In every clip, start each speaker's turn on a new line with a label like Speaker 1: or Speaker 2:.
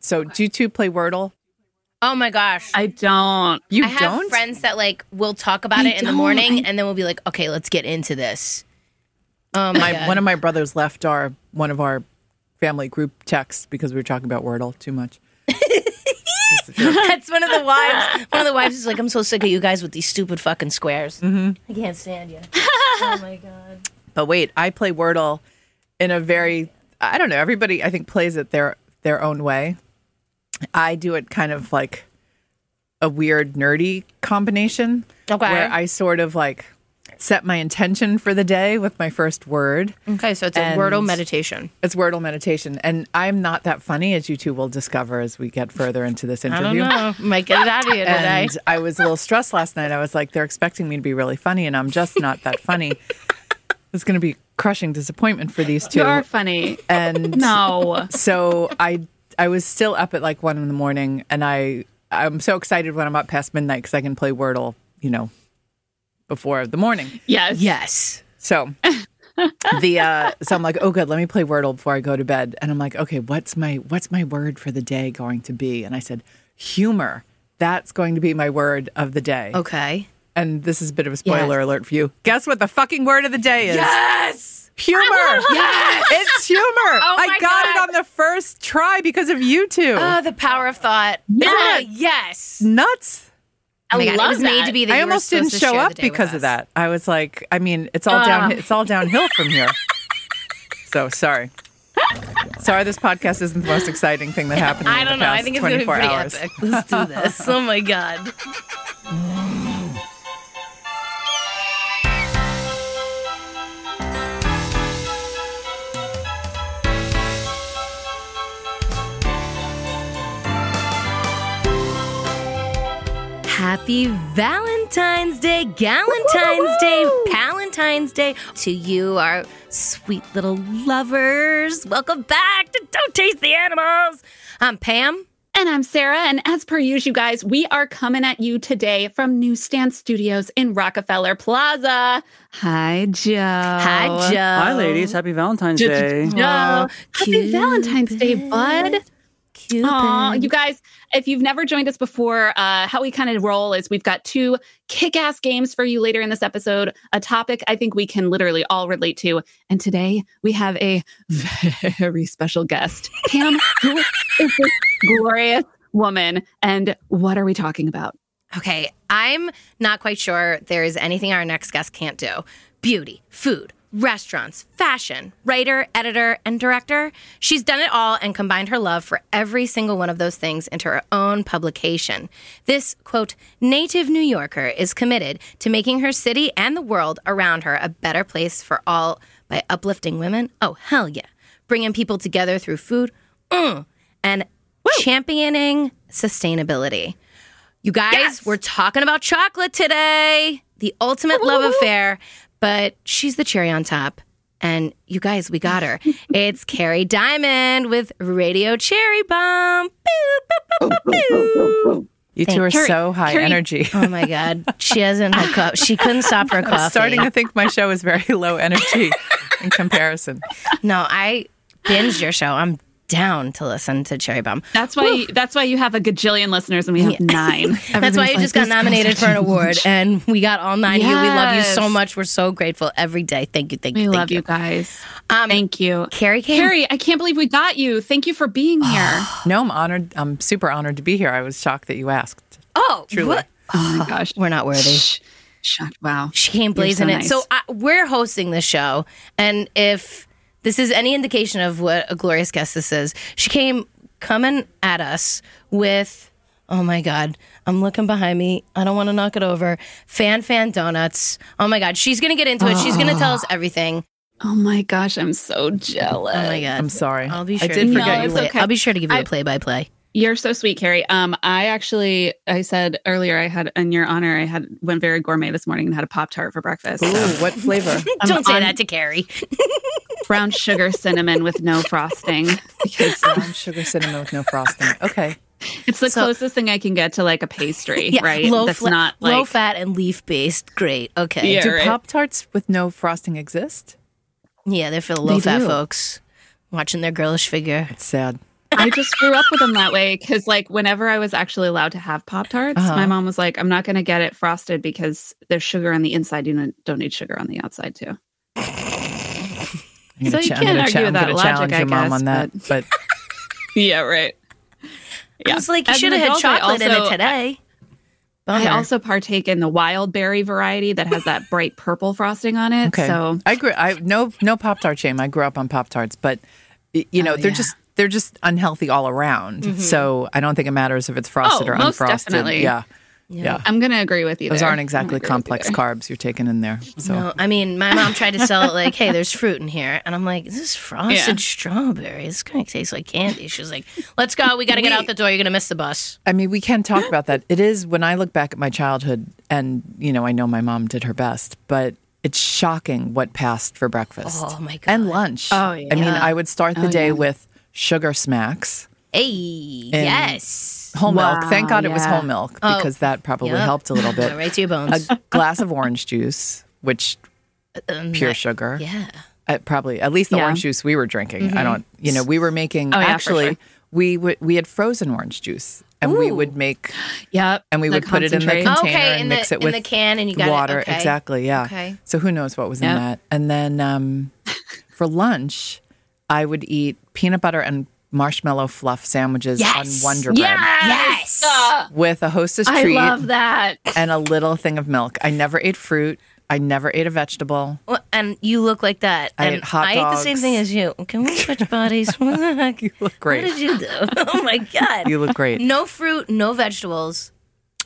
Speaker 1: So, do you two play Wordle?
Speaker 2: Oh my gosh.
Speaker 3: I don't.
Speaker 1: You
Speaker 2: I have
Speaker 1: don't?
Speaker 2: friends that like will talk about
Speaker 3: I
Speaker 2: it in the
Speaker 3: don't.
Speaker 2: morning and then we'll be like, okay, let's get into this. Oh my
Speaker 1: my,
Speaker 2: God.
Speaker 1: one of my brothers left our one of our family group texts because we were talking about Wordle too much.
Speaker 2: That's one of the wives. One of the wives is like, I'm so sick of you guys with these stupid fucking squares. I can't stand you. oh my God.
Speaker 1: But wait, I play Wordle in a very I don't know, everybody I think plays it their their own way. I do it kind of like a weird nerdy combination
Speaker 2: Okay.
Speaker 1: where I sort of like set my intention for the day with my first word.
Speaker 2: Okay, so it's a
Speaker 1: And-
Speaker 2: Wordle meditation.
Speaker 1: It's Wordle meditation and I'm not that funny as you two will discover as we get further into this
Speaker 2: I don't
Speaker 1: interview.
Speaker 2: know. Might get it out of you today.
Speaker 1: And I was a little stressed last night. I was like, they're expecting me to be really funny, and I'm just not that funny. it's going to be crushing disappointment for these two.
Speaker 3: You are funny.
Speaker 1: and
Speaker 3: No.
Speaker 1: so I I was still up at like one in the morning, and I I'm so excited when I'm up past midnight because I can play Wordle, you know, before the morning.
Speaker 3: Yes.
Speaker 2: Yes.
Speaker 1: So the uh so I'm like, oh good, let me play Wordle before I go to bed. And I'm like, okay, what's my what's my word for the day going to be? And I said, humor. That's going to be my word of the day.
Speaker 2: Okay.
Speaker 1: And this is a bit of a spoiler
Speaker 2: Yes.
Speaker 1: alert for you. Guess what the fucking word of the day is?
Speaker 2: Yes. Oh
Speaker 1: Humor. Yes. It's humor. I
Speaker 2: my
Speaker 1: got it
Speaker 2: God.
Speaker 1: on the first try because of you two.
Speaker 2: Oh, the power of thought. Yeah. Yes.
Speaker 1: Nuts.
Speaker 2: Oh my
Speaker 3: I
Speaker 2: God,
Speaker 3: love
Speaker 2: it was made
Speaker 3: that.
Speaker 2: to be that
Speaker 1: I
Speaker 2: you were
Speaker 1: almost didn't
Speaker 2: supposed to
Speaker 1: show
Speaker 2: share
Speaker 1: up
Speaker 2: the day with
Speaker 1: because of
Speaker 2: us. Uh.
Speaker 1: that. I was like, I mean, it's all down it's all downhill from here. so sorry. Sorry this podcast isn't the most exciting thing that happened.
Speaker 2: I
Speaker 1: in the
Speaker 2: don't know. I
Speaker 1: past
Speaker 2: think it's going to be
Speaker 1: 24
Speaker 2: pretty
Speaker 1: hours.
Speaker 2: epic. Let's do this. oh my God. Happy Valentine's Day, Galentine's Day, Palentine's Day to you, our sweet little lovers. Welcome back to Don't Taste the Animals. I'm Pam.
Speaker 3: And I'm Sarah. And as per usual, you guys, we are coming at you today from Newsstand Studios in Rockefeller Plaza. Hi, Joe.
Speaker 2: Hi, Joe.
Speaker 4: Hi, ladies. Happy Valentine's Day.
Speaker 3: Joe. Happy
Speaker 2: Cupid.
Speaker 3: Valentine's Day, bud.
Speaker 2: Cupid.
Speaker 3: Aw, you guys, if you've never joined us before, uh, how we kind of roll is we've got two kick ass games for you later in this episode, a topic I think we can literally all relate to. And today we have a very special guest. Pam, who is this glorious woman? And what are we talking about?
Speaker 2: Okay, I'm not quite sure there is anything our next guest can't do. Beauty, food, restaurants, fashion, writer, editor, and director. She's done it all and combined her love for every single one of those things into her own publication. This, quote, native New Yorker is committed to making her city and the world around her a better place for all by uplifting women. Oh, hell yeah. Bringing people together through food mm, and championing sustainability. You guys, we're talking about chocolate today, the ultimate love affair, but she's the cherry on top. And you guys, we got her. it's Carrie Diamond with Radio Cherry Bomb. Boo, boo, boo, boo, boo.
Speaker 1: You two are
Speaker 3: Carrie-
Speaker 1: so high
Speaker 3: Carrie-
Speaker 1: energy.
Speaker 2: oh my God. She hasn't had coffee. She couldn't stop her coffee.
Speaker 1: I'm starting to think my show is very low energy in comparison.
Speaker 2: no, I binged your show. I'm down to listen to Cherry Bomb.
Speaker 3: That's why that's why you have a gajillion listeners and we have nine.
Speaker 2: That's why you just got nominated for an award, and we got all nine of you. We love you so
Speaker 3: Yes.
Speaker 2: much. We're so grateful every day. Thank you, thank you,
Speaker 3: We
Speaker 2: thank
Speaker 3: love
Speaker 2: you. Um,
Speaker 3: you guys. Thank you.
Speaker 2: Carrie came
Speaker 3: Carrie, I can't believe we got you. Thank you for being here.
Speaker 1: No, I'm honored. I'm super honored to be here. I was shocked that you asked.
Speaker 2: Oh,
Speaker 1: Truly.
Speaker 2: what?
Speaker 3: oh my gosh.
Speaker 2: We're not worthy.
Speaker 3: Shh. Shocked. Wow.
Speaker 2: She came blazing
Speaker 3: so
Speaker 2: in. So
Speaker 3: nice.
Speaker 2: I, we're hosting this show, and if this is any indication of what a glorious guest this is, she came coming at us with, oh my god, I'm looking behind me. I don't want to knock it over. Fan Fan Donuts. Oh my god, she's gonna get into it. She's gonna tell us everything.
Speaker 3: Oh my gosh, I'm so jealous.
Speaker 2: Oh my god.
Speaker 1: I'm sorry.
Speaker 2: I'll be sure.
Speaker 1: I did
Speaker 2: to
Speaker 3: No,
Speaker 1: forget
Speaker 3: it's
Speaker 1: you were.
Speaker 3: okay.
Speaker 2: I'll be sure to give you a
Speaker 3: I-
Speaker 2: play by play.
Speaker 3: You're so sweet, Carrie. Um, I actually, I said earlier, I had in your honor, I had went very gourmet this morning and had a pop tart for breakfast. So
Speaker 1: Ooh, Uh, what flavor?
Speaker 3: I'm
Speaker 2: Don't say
Speaker 3: on-
Speaker 2: that to Carrie.
Speaker 3: brown sugar cinnamon with no frosting because
Speaker 1: Brown sugar cinnamon with no frosting. Okay.
Speaker 3: it's the
Speaker 2: So-
Speaker 3: closest thing I can get to like a pastry, right?
Speaker 2: Low
Speaker 3: That's
Speaker 2: fla-
Speaker 3: not like
Speaker 2: low fat and leaf based. Great. Okay.
Speaker 3: Yeah.
Speaker 1: Do
Speaker 3: right.
Speaker 1: Pop Tarts with no frosting exist?
Speaker 2: Yeah, they're for the low
Speaker 1: They
Speaker 2: fat
Speaker 1: do.
Speaker 2: folks watching their girlish figure.
Speaker 1: It's sad.
Speaker 3: I just grew up with them that way because, like, whenever I was actually allowed to have Pop Tarts,
Speaker 1: Uh-huh.
Speaker 3: my mom was like, "I'm not going to get it frosted because there's sugar on the inside. You don't- don't need sugar on the outside, too."
Speaker 1: I'm gonna
Speaker 3: So you
Speaker 1: I'm
Speaker 3: can't
Speaker 1: gonna
Speaker 3: argue
Speaker 1: I'm
Speaker 3: that
Speaker 1: gonna
Speaker 3: logic,
Speaker 1: challenge
Speaker 3: I
Speaker 1: your mom
Speaker 3: guess,
Speaker 1: on that, but
Speaker 3: Yeah, right.
Speaker 2: I was like, you
Speaker 3: As an
Speaker 2: should have had
Speaker 3: adult, I
Speaker 2: chocolate in it
Speaker 3: also-
Speaker 2: today.
Speaker 3: I
Speaker 2: Bummer.
Speaker 3: also partake in the wild berry variety that has that bright purple frosting on it.
Speaker 1: Okay.
Speaker 3: So
Speaker 1: I grew I no no Pop Tart shame. I grew up on Pop Tarts, but y- you know,
Speaker 3: Oh,
Speaker 1: they're
Speaker 3: yeah. Mm-hmm.
Speaker 1: just they're just unhealthy all around. So I don't think it matters if it's frosted
Speaker 3: Oh,
Speaker 1: or
Speaker 3: most
Speaker 1: unfrosted.
Speaker 3: definitely.
Speaker 1: Yeah.
Speaker 2: Yeah.
Speaker 1: Yeah.
Speaker 3: I'm going to agree with you.
Speaker 1: Those
Speaker 3: there.
Speaker 1: aren't
Speaker 3: I'm
Speaker 1: exactly
Speaker 3: gonna agree with you
Speaker 1: complex
Speaker 3: there.
Speaker 1: carbs you're taking in there. So
Speaker 2: No, I mean, my mom tried to sell it like, hey, there's fruit in here. And I'm like, this is frosted
Speaker 3: Yeah.
Speaker 2: strawberry. This kind of tastes like candy. She's like, let's go. We got to get out the door. You're going to miss the bus.
Speaker 1: I mean, we can talk about that. It is when I look back at my childhood, and you know, I know my mom did her best, but it's shocking what passed for breakfast.
Speaker 2: Oh, my
Speaker 1: And
Speaker 2: God.
Speaker 1: lunch.
Speaker 3: Oh, yeah.
Speaker 1: I mean, I would start the
Speaker 3: Oh,
Speaker 1: day
Speaker 3: yeah.
Speaker 1: with sugar smacks,
Speaker 2: Hey,
Speaker 1: And-
Speaker 2: yes.
Speaker 1: whole milk.
Speaker 3: Wow,
Speaker 1: Thank God it was
Speaker 3: yeah.
Speaker 1: whole milk
Speaker 2: Oh,
Speaker 1: because that probably
Speaker 2: yep.
Speaker 1: helped a little bit.
Speaker 2: right to
Speaker 1: a
Speaker 2: your bones.
Speaker 1: glass of orange juice, which
Speaker 2: Um,
Speaker 1: pure
Speaker 2: that-
Speaker 1: sugar,
Speaker 2: Yeah. Mm-hmm.
Speaker 1: Uh, probably at least the
Speaker 3: Yeah.
Speaker 1: orange juice we were drinking. I don't, you know, we were making
Speaker 3: Oh, yeah, for
Speaker 1: actually
Speaker 3: sure.
Speaker 1: we would we had frozen orange juice and we
Speaker 2: Ooh.
Speaker 1: would make
Speaker 3: Yep.
Speaker 1: and we
Speaker 3: the
Speaker 1: would put it in the
Speaker 3: concentrate.
Speaker 1: container
Speaker 2: Okay,
Speaker 1: and
Speaker 2: in
Speaker 1: mix
Speaker 2: the-
Speaker 1: it
Speaker 2: in
Speaker 1: with
Speaker 2: the can and you got it,
Speaker 1: water
Speaker 2: okay.
Speaker 1: exactly yeah
Speaker 2: Okay.
Speaker 1: so who knows what was in
Speaker 3: Yep.
Speaker 1: that and then um, for lunch I would eat peanut butter and marshmallow fluff sandwiches
Speaker 2: Yes.
Speaker 1: on Wonder Bread
Speaker 2: Yes.
Speaker 3: Ah,
Speaker 1: with a hostess
Speaker 3: I
Speaker 1: treat
Speaker 3: love that.
Speaker 1: and a little thing of milk. I never ate fruit. I never ate a vegetable.
Speaker 2: Well, and you look like that.
Speaker 1: I
Speaker 2: and
Speaker 1: ate hot
Speaker 2: I ate the same
Speaker 1: dogs.
Speaker 2: thing as you. Can we switch bodies? What the heck?
Speaker 1: You look
Speaker 2: What
Speaker 1: great.
Speaker 2: did you do? Oh my God.
Speaker 1: you look great.
Speaker 2: No fruit, no vegetables.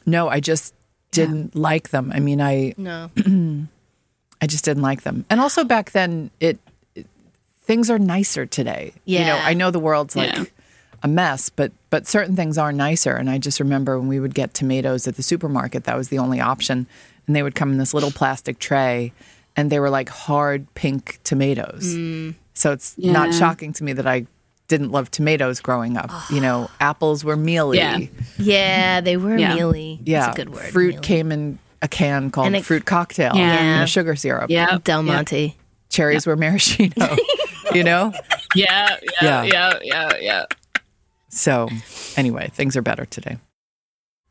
Speaker 1: No, I just didn't like them. I mean, I
Speaker 2: No.
Speaker 1: I just didn't like them. And also back then, it, it- things are nicer today. You know,
Speaker 2: Yeah.
Speaker 1: I know the world's like
Speaker 3: Yeah.
Speaker 1: a mess, but but certain things are nicer. And I just remember when we would get tomatoes at the supermarket, that was the only option, and they would come in this little plastic tray, and they were like hard pink tomatoes.
Speaker 2: Mm.
Speaker 1: So it's not
Speaker 3: Yeah.
Speaker 1: shocking to me that I didn't love tomatoes growing up. You know, apples were mealy.
Speaker 3: Yeah.
Speaker 2: Yeah, they were
Speaker 3: Yeah.
Speaker 2: mealy.
Speaker 1: Yeah,
Speaker 2: That's a good word.
Speaker 1: Fruit
Speaker 2: mealy.
Speaker 1: came in a can called
Speaker 2: And it-
Speaker 1: fruit cocktail
Speaker 3: Yeah.
Speaker 1: and a sugar syrup.
Speaker 3: Yeah.
Speaker 2: Del Monte.
Speaker 1: Cherries were maraschino, you know?
Speaker 3: Yeah.
Speaker 1: Yeah.
Speaker 3: Yeah. Yeah. Yeah. Yeah.
Speaker 1: So, anyway, things are better today.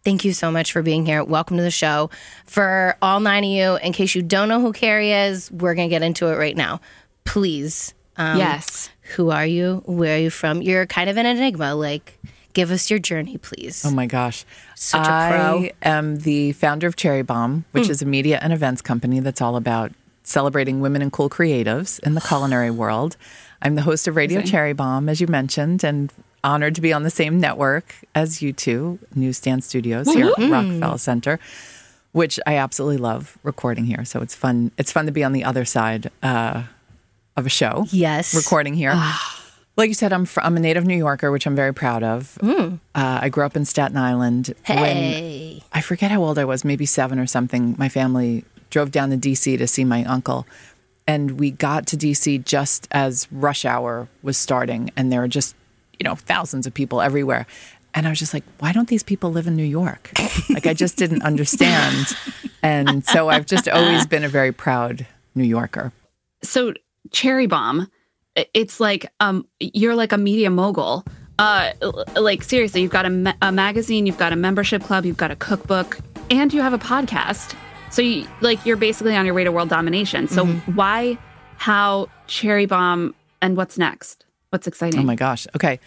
Speaker 2: Thank you so much for being here. Welcome to the show. For all nine of you, in case you don't know who Carrie is, we're going to get into it right now. Please. Um,
Speaker 3: yes.
Speaker 2: Who are you? Where are you from? You're kind of an enigma. Like, give us your journey, please.
Speaker 1: Oh my gosh.
Speaker 2: Such a pro. Hmm.
Speaker 1: I am the founder of Cherry Bomb, which is a media and events company that's all about celebrating women and cool creatives in the culinary world. I'm the host of Radio Cherry Bomb, as you mentioned, and honored to be on the same network as you two, Newsstand Studios here at Rockefeller Center, which I absolutely love recording here. So it's fun. It's fun to be on the other side uh, of a show
Speaker 2: yes. Ah.
Speaker 1: recording here. like you said, I'm fr- I'm a native New Yorker, which I'm very proud of. Uh, I grew up in Staten Island. When
Speaker 2: Mm. Hey.
Speaker 1: I forget how old I was, maybe seven or something. My family drove down to D.C. to see my uncle, and we got to D.C. just as rush hour was starting, and there were just you know thousands of people everywhere. And I was just like, why don't these people live in New York? like I just didn't understand, and so I've just always been a very proud New Yorker.
Speaker 3: so cherry bomb i- it's like um you're like a media mogul uh l- like seriously you've got a, ma- a magazine you've got a membership club you've got a cookbook and you have a podcast so you like you're basically on your way to world domination so
Speaker 1: Mm-hmm.
Speaker 3: why how cherry bomb and what's next what's exciting
Speaker 1: Oh my gosh. Okay.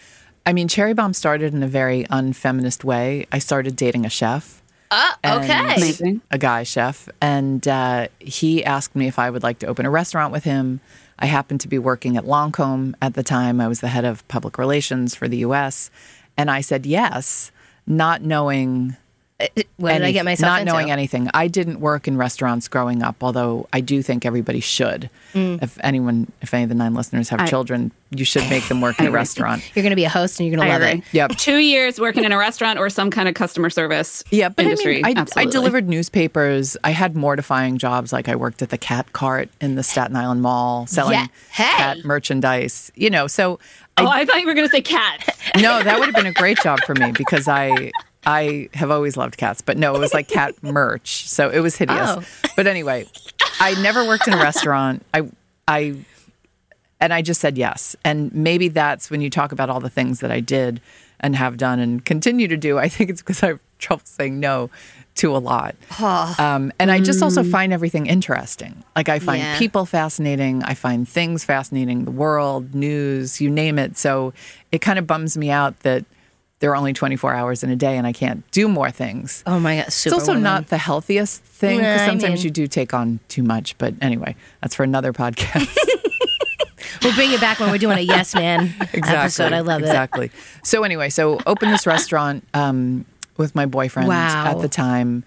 Speaker 1: I mean, Cherry Bomb started in a very unfeminist way. I started dating a chef,
Speaker 2: Uh, okay.
Speaker 1: and-
Speaker 3: amazing
Speaker 1: a guy chef, and uh, he asked me if I would like to open a restaurant with him. I happened to be working at Lancome at the time. I was the head of public relations for the US. And I said yes, not knowing
Speaker 2: What did I get
Speaker 1: anyth-
Speaker 2: myself
Speaker 1: not
Speaker 2: into?
Speaker 1: knowing anything. I didn't work in restaurants growing up, although I do think everybody should.
Speaker 2: Mm.
Speaker 1: If anyone, if any of the nine listeners have children, you should make them work in a restaurant.
Speaker 2: You're going to be a host and you're going to
Speaker 3: I
Speaker 2: love
Speaker 3: agree.
Speaker 2: it.
Speaker 1: Yep.
Speaker 3: two years working in a restaurant or some kind of customer service
Speaker 1: Yeah, but
Speaker 3: industry
Speaker 1: I mean, I, I
Speaker 3: Absolutely.
Speaker 1: delivered newspapers. I had mortifying jobs, like I worked at the cat cart in the Staten Island Mall selling
Speaker 2: Yeah. Hey.
Speaker 1: cat merchandise. You know, so
Speaker 3: oh i thought you were gonna say cats
Speaker 1: no, that would have been a great job for me because I I have always loved cats, but no, it was like cat merch, so it was hideous.
Speaker 2: Oh.
Speaker 1: But anyway, I never worked in a restaurant. I I And I just said yes. And maybe that's when you talk about all the things that I did and have done and continue to do. I think it's because I have trouble saying no to a lot. Um, and I just also find everything interesting. Like I find
Speaker 2: Mm. Yeah.
Speaker 1: people fascinating. I find things fascinating, the world, news, you name it. So it kind of bums me out that there are only 24 hours in a day and I can't do more things.
Speaker 2: Oh my god,
Speaker 1: It's also not the healthiest thing because
Speaker 2: Yeah, I
Speaker 1: sometimes
Speaker 2: mean-
Speaker 1: you do take on too much. But anyway, that's for another podcast.
Speaker 2: We'll bring it back when we're doing a yes man episode. I love it.
Speaker 1: exactly. So anyway, so opened this restaurant um, with my boyfriend
Speaker 2: Wow.
Speaker 1: at the time.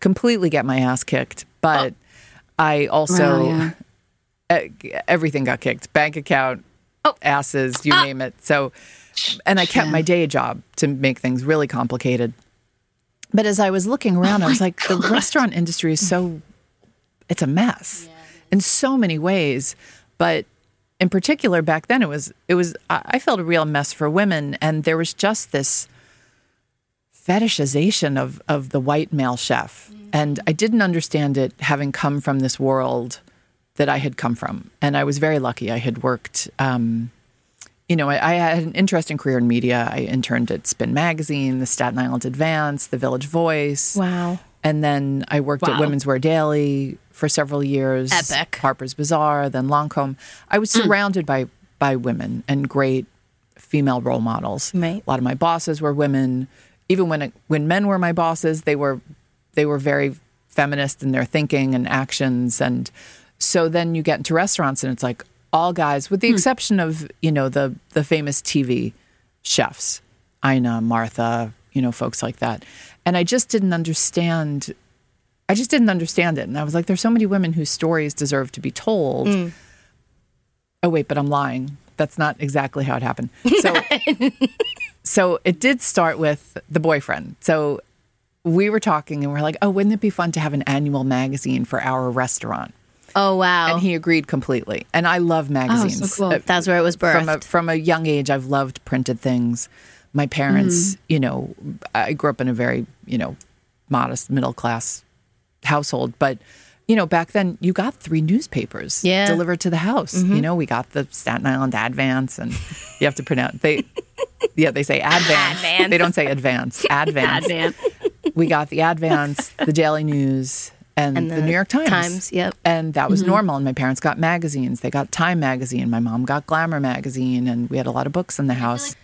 Speaker 1: Completely get my ass kicked,
Speaker 2: Oh.
Speaker 1: but I also
Speaker 3: Wow,
Speaker 1: e- everything got kicked. Bank account,
Speaker 2: Oh.
Speaker 1: asses,
Speaker 2: Ah.
Speaker 1: you name it. So, and I kept my day job to make things really complicated. But as I was looking around, I was like, the restaurant industry is so it's a mess in so many ways but in particular back then it was it was i I felt a real mess for women and there was just this fetishization of of the white male chef and i didn't understand it having come from this world that i had come from and i was very lucky i had worked um, you know, I, I had an interesting career in media. I interned at Spin Magazine, the Staten Island Advance, the Village Voice.
Speaker 2: Wow.
Speaker 1: And then I worked at
Speaker 3: Wow.
Speaker 1: Women's Wear Daily for several years.
Speaker 2: Epic.
Speaker 1: Harper's Bazaar, then Lancome. I was surrounded by by women and great female role models.
Speaker 2: Right.
Speaker 1: A lot of my bosses were women. Even when it, when men were my bosses, they were they were very feminist in their thinking and actions. And so then you get into restaurants and it's like all guys, with the exception of you know the the famous TV chefs, Ina, Martha, you know folks like that. And I just didn't understand I just didn't understand it. And I was like, there's so many women whose stories deserve to be told. Oh, wait, but I'm lying. That's not exactly how it happened. So, so it did start with the boyfriend. So we were talking and we're like, oh, wouldn't it be fun to have an annual magazine for our restaurant?
Speaker 2: Oh wow.
Speaker 1: And he agreed completely. And I love magazines.
Speaker 3: cool.
Speaker 1: Uh,
Speaker 2: That's where it was birthed.
Speaker 1: from a, from a young age, I've loved printed things. My parents,
Speaker 2: Mm-hmm.
Speaker 1: you know, I grew up in a very, you know, modest middle class household, but you know, back then you got three newspapers
Speaker 2: Yeah. Mm-hmm.
Speaker 1: delivered to the house. You know, we got the Staten Island Advance, and you have to pronounce they, yeah, they say Advance.
Speaker 2: Advance.
Speaker 1: They don't say Advance. Advance.
Speaker 3: man.
Speaker 1: We got the Advance, the Daily News, and, the, New York Times.
Speaker 2: Times, yep.
Speaker 1: And that was normal. And my parents got magazines. They got Time magazine. My mom got Glamour magazine, and we had a lot of books in the house.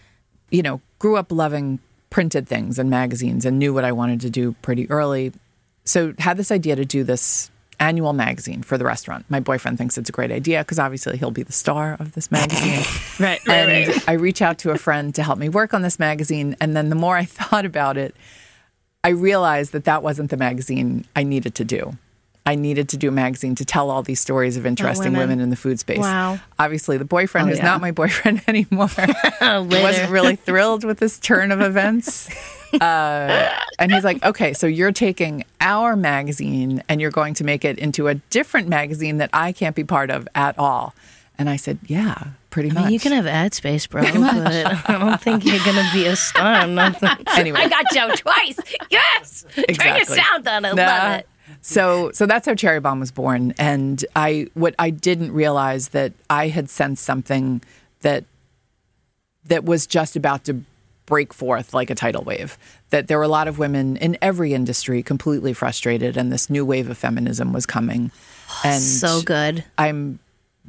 Speaker 1: You know, grew up loving printed things and magazines, and knew what I wanted to do pretty early. So had this idea to do this annual magazine for the restaurant. My boyfriend thinks it's a great idea because obviously he'll be the star of this magazine.
Speaker 3: Right, right,
Speaker 1: and
Speaker 3: right.
Speaker 1: I reach out to a friend to help me work on this magazine. And then the more I thought about it, I realized that that wasn't the magazine I needed to do. I needed to do a magazine to tell all these stories of interesting
Speaker 2: women.
Speaker 1: women. in the food space.
Speaker 2: Wow. Oh,
Speaker 1: Obviously, the boyfriend is
Speaker 3: yeah.
Speaker 1: not my boyfriend anymore. I wasn't really thrilled with this turn of events. Uh, and he's like, okay, so you're taking our magazine and you're going to make it into a different magazine that I can't be part of at all. And I said, yeah, pretty much.
Speaker 2: you can have ad space, bro, but I don't think you're gonna be a star. Nothing.
Speaker 1: Anyway.
Speaker 2: I got Joe twice. Yes, turn your
Speaker 1: Exactly.
Speaker 2: sound on. I
Speaker 1: Nah.
Speaker 2: love it.
Speaker 1: So, so that's how Cherry Bomb was born. And I, what I didn't realize that I had sensed something that that was just about to break forth like a tidal wave. That there were a lot of women in every industry completely frustrated, and this new wave of feminism was coming. And
Speaker 2: So good.
Speaker 1: I'm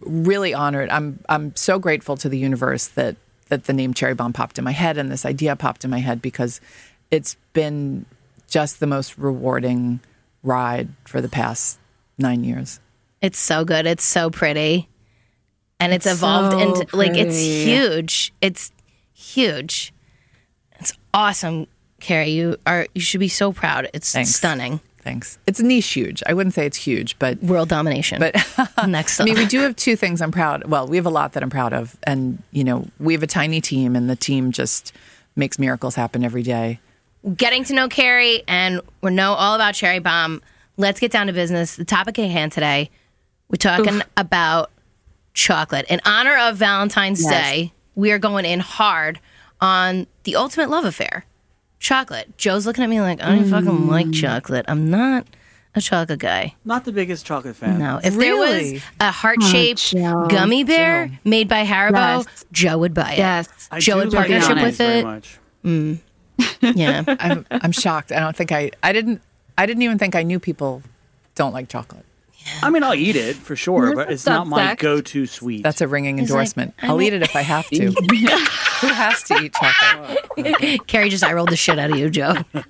Speaker 1: really honored. I'm I'm so grateful to the universe that that the name Cherry Bomb popped in my head and this idea popped in my head because it's been just the most rewarding ride for the past nine years.
Speaker 2: It's so good. It's so pretty. And it's, evolved
Speaker 3: so
Speaker 2: into like it's
Speaker 3: pretty.
Speaker 2: huge. It's huge. It's awesome, Carrie. You are you should be so proud. It's
Speaker 1: Thanks.
Speaker 2: stunning.
Speaker 1: Thanks. It's niche huge. I wouldn't say it's huge, but
Speaker 2: World domination. But next
Speaker 1: I
Speaker 2: up.
Speaker 1: mean, we do have two things I'm proud. Well, we have a lot that I'm proud of, and you know, we have a tiny team, and the team just makes miracles happen every day.
Speaker 2: getting to know Carrie and we know all about Cherry Bomb. Let's get down to business. The topic at hand today, we're talking about chocolate. In honor of Valentine's Day, we are going in hard on the
Speaker 3: Mm.
Speaker 2: ultimate love affair, chocolate. Joe's looking at me like, I don't fucking like chocolate. I'm not, a chocolate guy.
Speaker 4: Not the biggest chocolate fan.
Speaker 2: No, if there
Speaker 1: Really?
Speaker 2: was a heart shaped
Speaker 3: Oh, Joe.
Speaker 2: gummy bear made by Haribo,
Speaker 3: Yes.
Speaker 2: Joe would buy it.
Speaker 3: Yes.
Speaker 4: I
Speaker 2: Joe
Speaker 4: do
Speaker 2: in
Speaker 4: love
Speaker 2: partnership
Speaker 4: bananas
Speaker 2: with
Speaker 4: very
Speaker 2: it.
Speaker 4: much.
Speaker 2: Yeah.
Speaker 1: I'm I'm shocked. I don't think I I didn't I didn't even think I knew people don't like chocolate.
Speaker 4: I mean, I'll eat it for sure,
Speaker 3: There's
Speaker 4: but
Speaker 3: a
Speaker 4: it's not my
Speaker 3: subsect.
Speaker 4: go-to sweet.
Speaker 1: That's a ringing
Speaker 2: like,
Speaker 1: endorsement.
Speaker 2: I
Speaker 1: I'll
Speaker 2: don't-
Speaker 1: eat it if I have to. Who has to eat chocolate?
Speaker 2: Carrie just I rolled the shit out of you, Joe. really,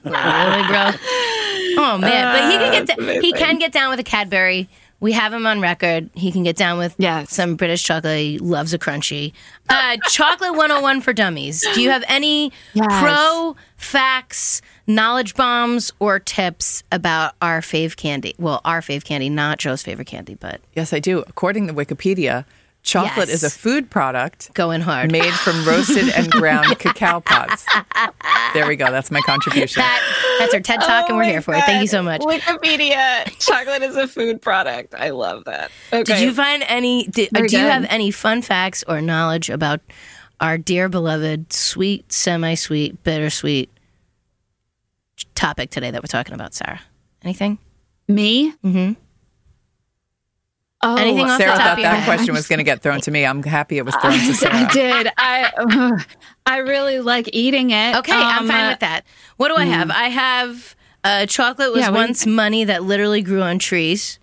Speaker 2: bro. Oh man, but he can
Speaker 3: Ah,
Speaker 2: get da- he can get down with a Cadbury. We have him on record. He can get down with
Speaker 3: Yes.
Speaker 2: some British chocolate. He loves a crunchy. Uh, chocolate 101 for dummies. Do you have any
Speaker 3: Yes.
Speaker 2: pro facts, knowledge bombs, or tips about our fave candy? Well, our fave candy, not Joe's favorite candy, but
Speaker 1: Yes, I do. According to Wikipedia, chocolate is
Speaker 2: Yes.
Speaker 1: a food product
Speaker 2: going hard.
Speaker 1: made from roasted and ground cacao pods. There we go. That's my contribution.
Speaker 2: That, that's our TED talk, and
Speaker 3: Oh
Speaker 2: we're here for it. Thank you so much.
Speaker 3: Wikipedia. Chocolate is a food product. I love that. Okay.
Speaker 2: Did you find any? Did, do
Speaker 3: Very
Speaker 2: you
Speaker 3: good.
Speaker 2: have any fun facts or knowledge about our dear beloved sweet, semi-sweet, bittersweet topic today that we're talking about, Sarah? Anything?
Speaker 3: me?
Speaker 2: Mhm.
Speaker 3: Oh,
Speaker 2: Anything off the
Speaker 1: Sarah
Speaker 2: top
Speaker 1: thought
Speaker 2: of your
Speaker 1: that
Speaker 2: head.
Speaker 1: question was going to get thrown to me. I'm happy it was thrown to
Speaker 3: I,
Speaker 1: Sarah.
Speaker 3: did. I ugh, I really like eating it.
Speaker 2: Okay, I'm
Speaker 3: Um, hmm.
Speaker 2: fine with that. What do I have? I have uh, chocolate was
Speaker 3: Yeah, what do you
Speaker 2: once money that literally grew on trees.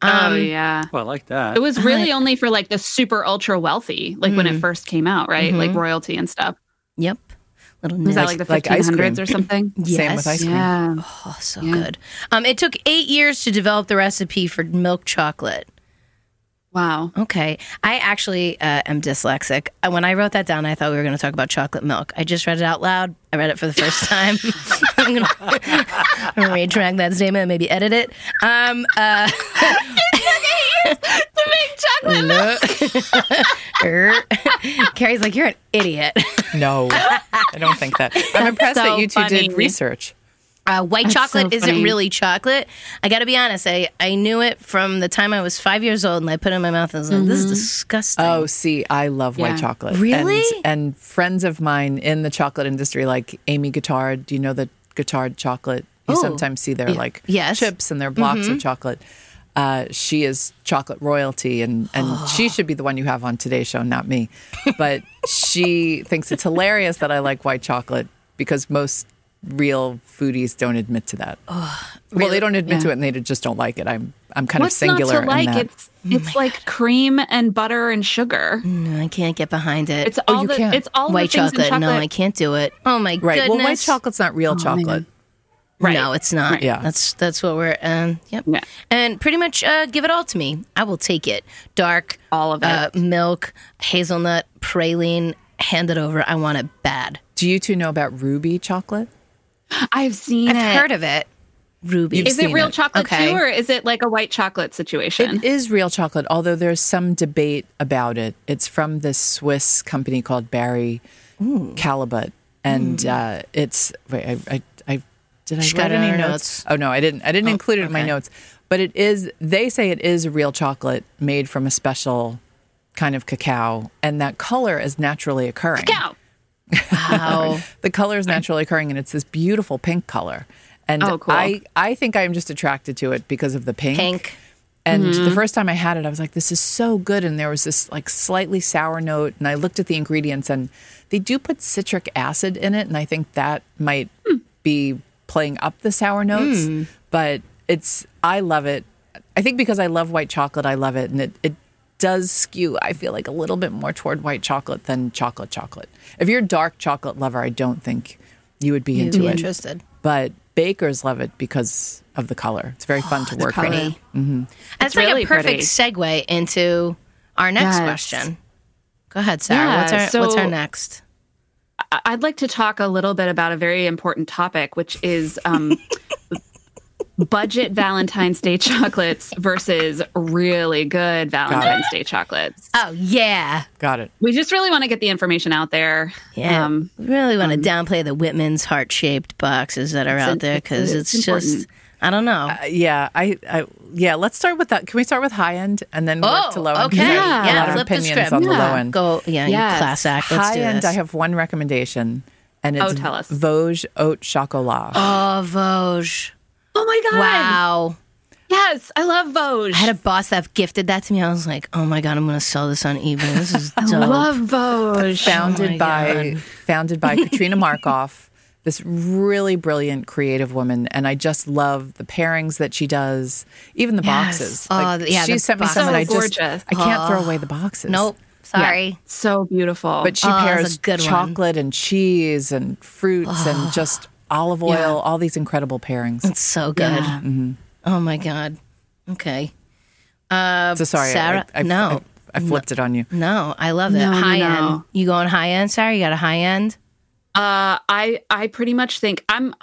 Speaker 3: oh
Speaker 2: Um,
Speaker 3: yeah.
Speaker 4: Oh, I like that.
Speaker 3: It
Speaker 2: uh,
Speaker 3: was really only for like the super ultra wealthy, like
Speaker 2: mm-hmm.
Speaker 3: when it first came out, right? Like royalty and stuff.
Speaker 2: Yep, little
Speaker 3: Was that
Speaker 2: nibs.
Speaker 3: like
Speaker 1: like
Speaker 3: the
Speaker 1: ice
Speaker 3: 1500s
Speaker 1: cream.
Speaker 3: or something?
Speaker 1: Same with
Speaker 2: Yes.
Speaker 1: ice cream.
Speaker 3: yeah.
Speaker 2: Oh, so good. Um, it took eight years to develop the recipe for milk chocolate.
Speaker 3: Wow.
Speaker 2: Okay. I actually uh, am dyslexic. Uh, When I wrote that down, I thought we were going to talk about chocolate milk. I just read it out loud. I read it for the first time. I'm going to retract that statement and maybe edit it. Um, uh,
Speaker 3: Chocolate.
Speaker 2: er. Carrie's like, you're an idiot.
Speaker 1: No, I don't think that. I'm impressed
Speaker 3: so
Speaker 1: that you two
Speaker 3: funny.
Speaker 1: did research.
Speaker 2: Uh, white
Speaker 3: That's
Speaker 2: chocolate
Speaker 3: so
Speaker 2: isn't
Speaker 3: funny.
Speaker 2: really chocolate. I got to be honest. I, I knew it from the time I was five years old and I put it in my mouth and I was like, this is
Speaker 3: Mm-hmm.
Speaker 2: disgusting.
Speaker 1: Oh, see, I love
Speaker 3: Yeah.
Speaker 1: white chocolate.
Speaker 2: Really?
Speaker 1: And, and friends of mine in the chocolate industry, like Amy Guittard, do you know the Guittard chocolate? You
Speaker 2: Oh.
Speaker 1: sometimes see their like
Speaker 2: Yes.
Speaker 1: chips and their blocks
Speaker 3: Mm-hmm.
Speaker 1: of chocolate. Uh, she is chocolate royalty, and, and
Speaker 3: Oh.
Speaker 1: she should be the one you have on today's show, not me. But she thinks it's hilarious that I like white chocolate because most real foodies don't admit to that. well, they don't admit to it, and they just don't like it. I'm I'm kind of
Speaker 3: What's not
Speaker 1: singular
Speaker 3: to like?
Speaker 1: in that.
Speaker 3: It's
Speaker 2: Oh
Speaker 3: it's like cream and butter and sugar.
Speaker 2: No, I can't get behind it.
Speaker 3: It's all
Speaker 1: you
Speaker 3: the
Speaker 1: can't.
Speaker 3: it's all
Speaker 2: Oh, white
Speaker 3: the things
Speaker 2: chocolate.
Speaker 3: in chocolate.
Speaker 2: No, I can't do it. Oh, my
Speaker 1: Right.
Speaker 2: goodness.
Speaker 1: Well, white chocolate's not
Speaker 3: Oh,
Speaker 1: real chocolate.
Speaker 3: Right.
Speaker 2: No, it's not.
Speaker 1: Yeah.
Speaker 2: that's that's what we're. Um, yep.
Speaker 3: Yeah.
Speaker 2: And pretty much, uh, give it all to me. I will take it. Dark,
Speaker 3: All of it.
Speaker 2: uh, milk, hazelnut, praline. Hand it over. I want it bad.
Speaker 1: Do you two know about ruby chocolate?
Speaker 3: I've seen
Speaker 2: I've
Speaker 3: it.
Speaker 2: heard of it. Ruby.
Speaker 1: You've
Speaker 3: Is it
Speaker 1: seen
Speaker 3: real
Speaker 1: it.
Speaker 3: chocolate
Speaker 2: Okay.
Speaker 3: too, or is it like a white chocolate situation?
Speaker 1: It is real chocolate, although there's some debate about it. It's from this Swiss company called Barry Calibut, and uh, it's wait, I, I, I did I
Speaker 2: She
Speaker 1: write
Speaker 2: got it on
Speaker 1: any
Speaker 2: her notes.
Speaker 1: notes? Oh no, I didn't. I didn't include it in my
Speaker 2: okay.
Speaker 1: notes, but it is. They say it is real chocolate made from a special kind of cacao, and that color is naturally occurring.
Speaker 3: Cow.
Speaker 2: Wow.
Speaker 1: the color is naturally occurring and it's this beautiful pink color and
Speaker 3: Oh, cool.
Speaker 1: i i think i'm just attracted to it because of the pink Mm-hmm.
Speaker 2: Pink.
Speaker 1: and the first time i had it i was like this is so good and there was this like slightly sour note and i looked at the ingredients and they do put citric acid in it and i think that might be playing up the sour notes but it's i love it i think because i love white chocolate i love it and it, it does skew, I feel like, a little bit more toward white chocolate than chocolate chocolate. If you're a dark chocolate lover, I don't think you would be into
Speaker 2: be
Speaker 1: it.
Speaker 2: interested.
Speaker 1: But bakers love it because of the color. It's very fun to work
Speaker 2: Pretty.
Speaker 1: with.
Speaker 2: That's like
Speaker 3: really
Speaker 2: a perfect
Speaker 3: pretty.
Speaker 2: segue into our next
Speaker 3: Yes.
Speaker 2: question. Go ahead, Sarah.
Speaker 3: Yeah,
Speaker 2: what's our what's
Speaker 3: so-
Speaker 2: our next?
Speaker 3: I- I'd like to talk a little bit about a very important topic, which is um, budget Valentine's Day chocolates versus really good Valentine's Day chocolates.
Speaker 2: Oh yeah,
Speaker 1: Got it.
Speaker 3: We just really want to get the information out there.
Speaker 2: yeah.
Speaker 3: Um,
Speaker 2: We really want to downplay the Whitman's heart shaped boxes that are out there because it's,
Speaker 3: it's
Speaker 2: just
Speaker 3: important.
Speaker 2: I don't know.
Speaker 1: Uh, yeah, I, I, yeah. Let's start with that. Can we start with high end and then
Speaker 2: Oh,
Speaker 1: work to low end? 'Cause
Speaker 2: okay.
Speaker 1: I have a
Speaker 2: Yeah,
Speaker 1: lot
Speaker 2: flip
Speaker 1: of
Speaker 2: the
Speaker 1: opinions
Speaker 2: script.
Speaker 1: on the low
Speaker 3: Yeah.
Speaker 1: end.
Speaker 2: Go, yeah, you
Speaker 3: Yes.
Speaker 2: class act. Let's
Speaker 1: high
Speaker 2: do
Speaker 1: end.
Speaker 2: this.
Speaker 1: I have one recommendation, and it's
Speaker 3: tell us.
Speaker 1: Oh, Vosges Haute Chocolat.
Speaker 2: oh, Vosges.
Speaker 3: Oh my god!
Speaker 2: Wow.
Speaker 3: Yes, I love Vogue.
Speaker 2: I had a boss that gifted that to me. I was like, oh my God, I'm going to sell this on eBay. This is dope.
Speaker 3: love Vogue.
Speaker 2: Oh
Speaker 1: founded
Speaker 2: my
Speaker 1: by
Speaker 2: God.
Speaker 1: founded by Katrina Markoff, this really brilliant creative woman, and I just love the pairings that she does, even the
Speaker 2: Yes.
Speaker 1: boxes.
Speaker 2: Oh, the- yeah,
Speaker 1: she
Speaker 2: the
Speaker 1: sent me
Speaker 2: boxes.
Speaker 1: some, and
Speaker 3: So
Speaker 1: I just
Speaker 3: gorgeous.
Speaker 1: I can't throw away the boxes.
Speaker 2: nope. Sorry.
Speaker 3: So beautiful.
Speaker 1: But she
Speaker 2: Oh, that's a
Speaker 1: pairs
Speaker 2: good one.
Speaker 1: chocolate and cheese and fruits and just olive oil,
Speaker 3: Yeah.
Speaker 1: all these incredible pairings.
Speaker 2: It's so good.
Speaker 1: Mm-hmm.
Speaker 2: Oh my God. Okay. Uh,
Speaker 1: So sorry, I-
Speaker 2: Sarah,
Speaker 1: I, I,
Speaker 2: no.
Speaker 1: I, I flipped it on you.
Speaker 2: No, I love it.
Speaker 3: No, no,
Speaker 2: high end.
Speaker 3: no.
Speaker 2: You going high end? Sorry, you got a high end?
Speaker 3: Uh, I I pretty much think I'm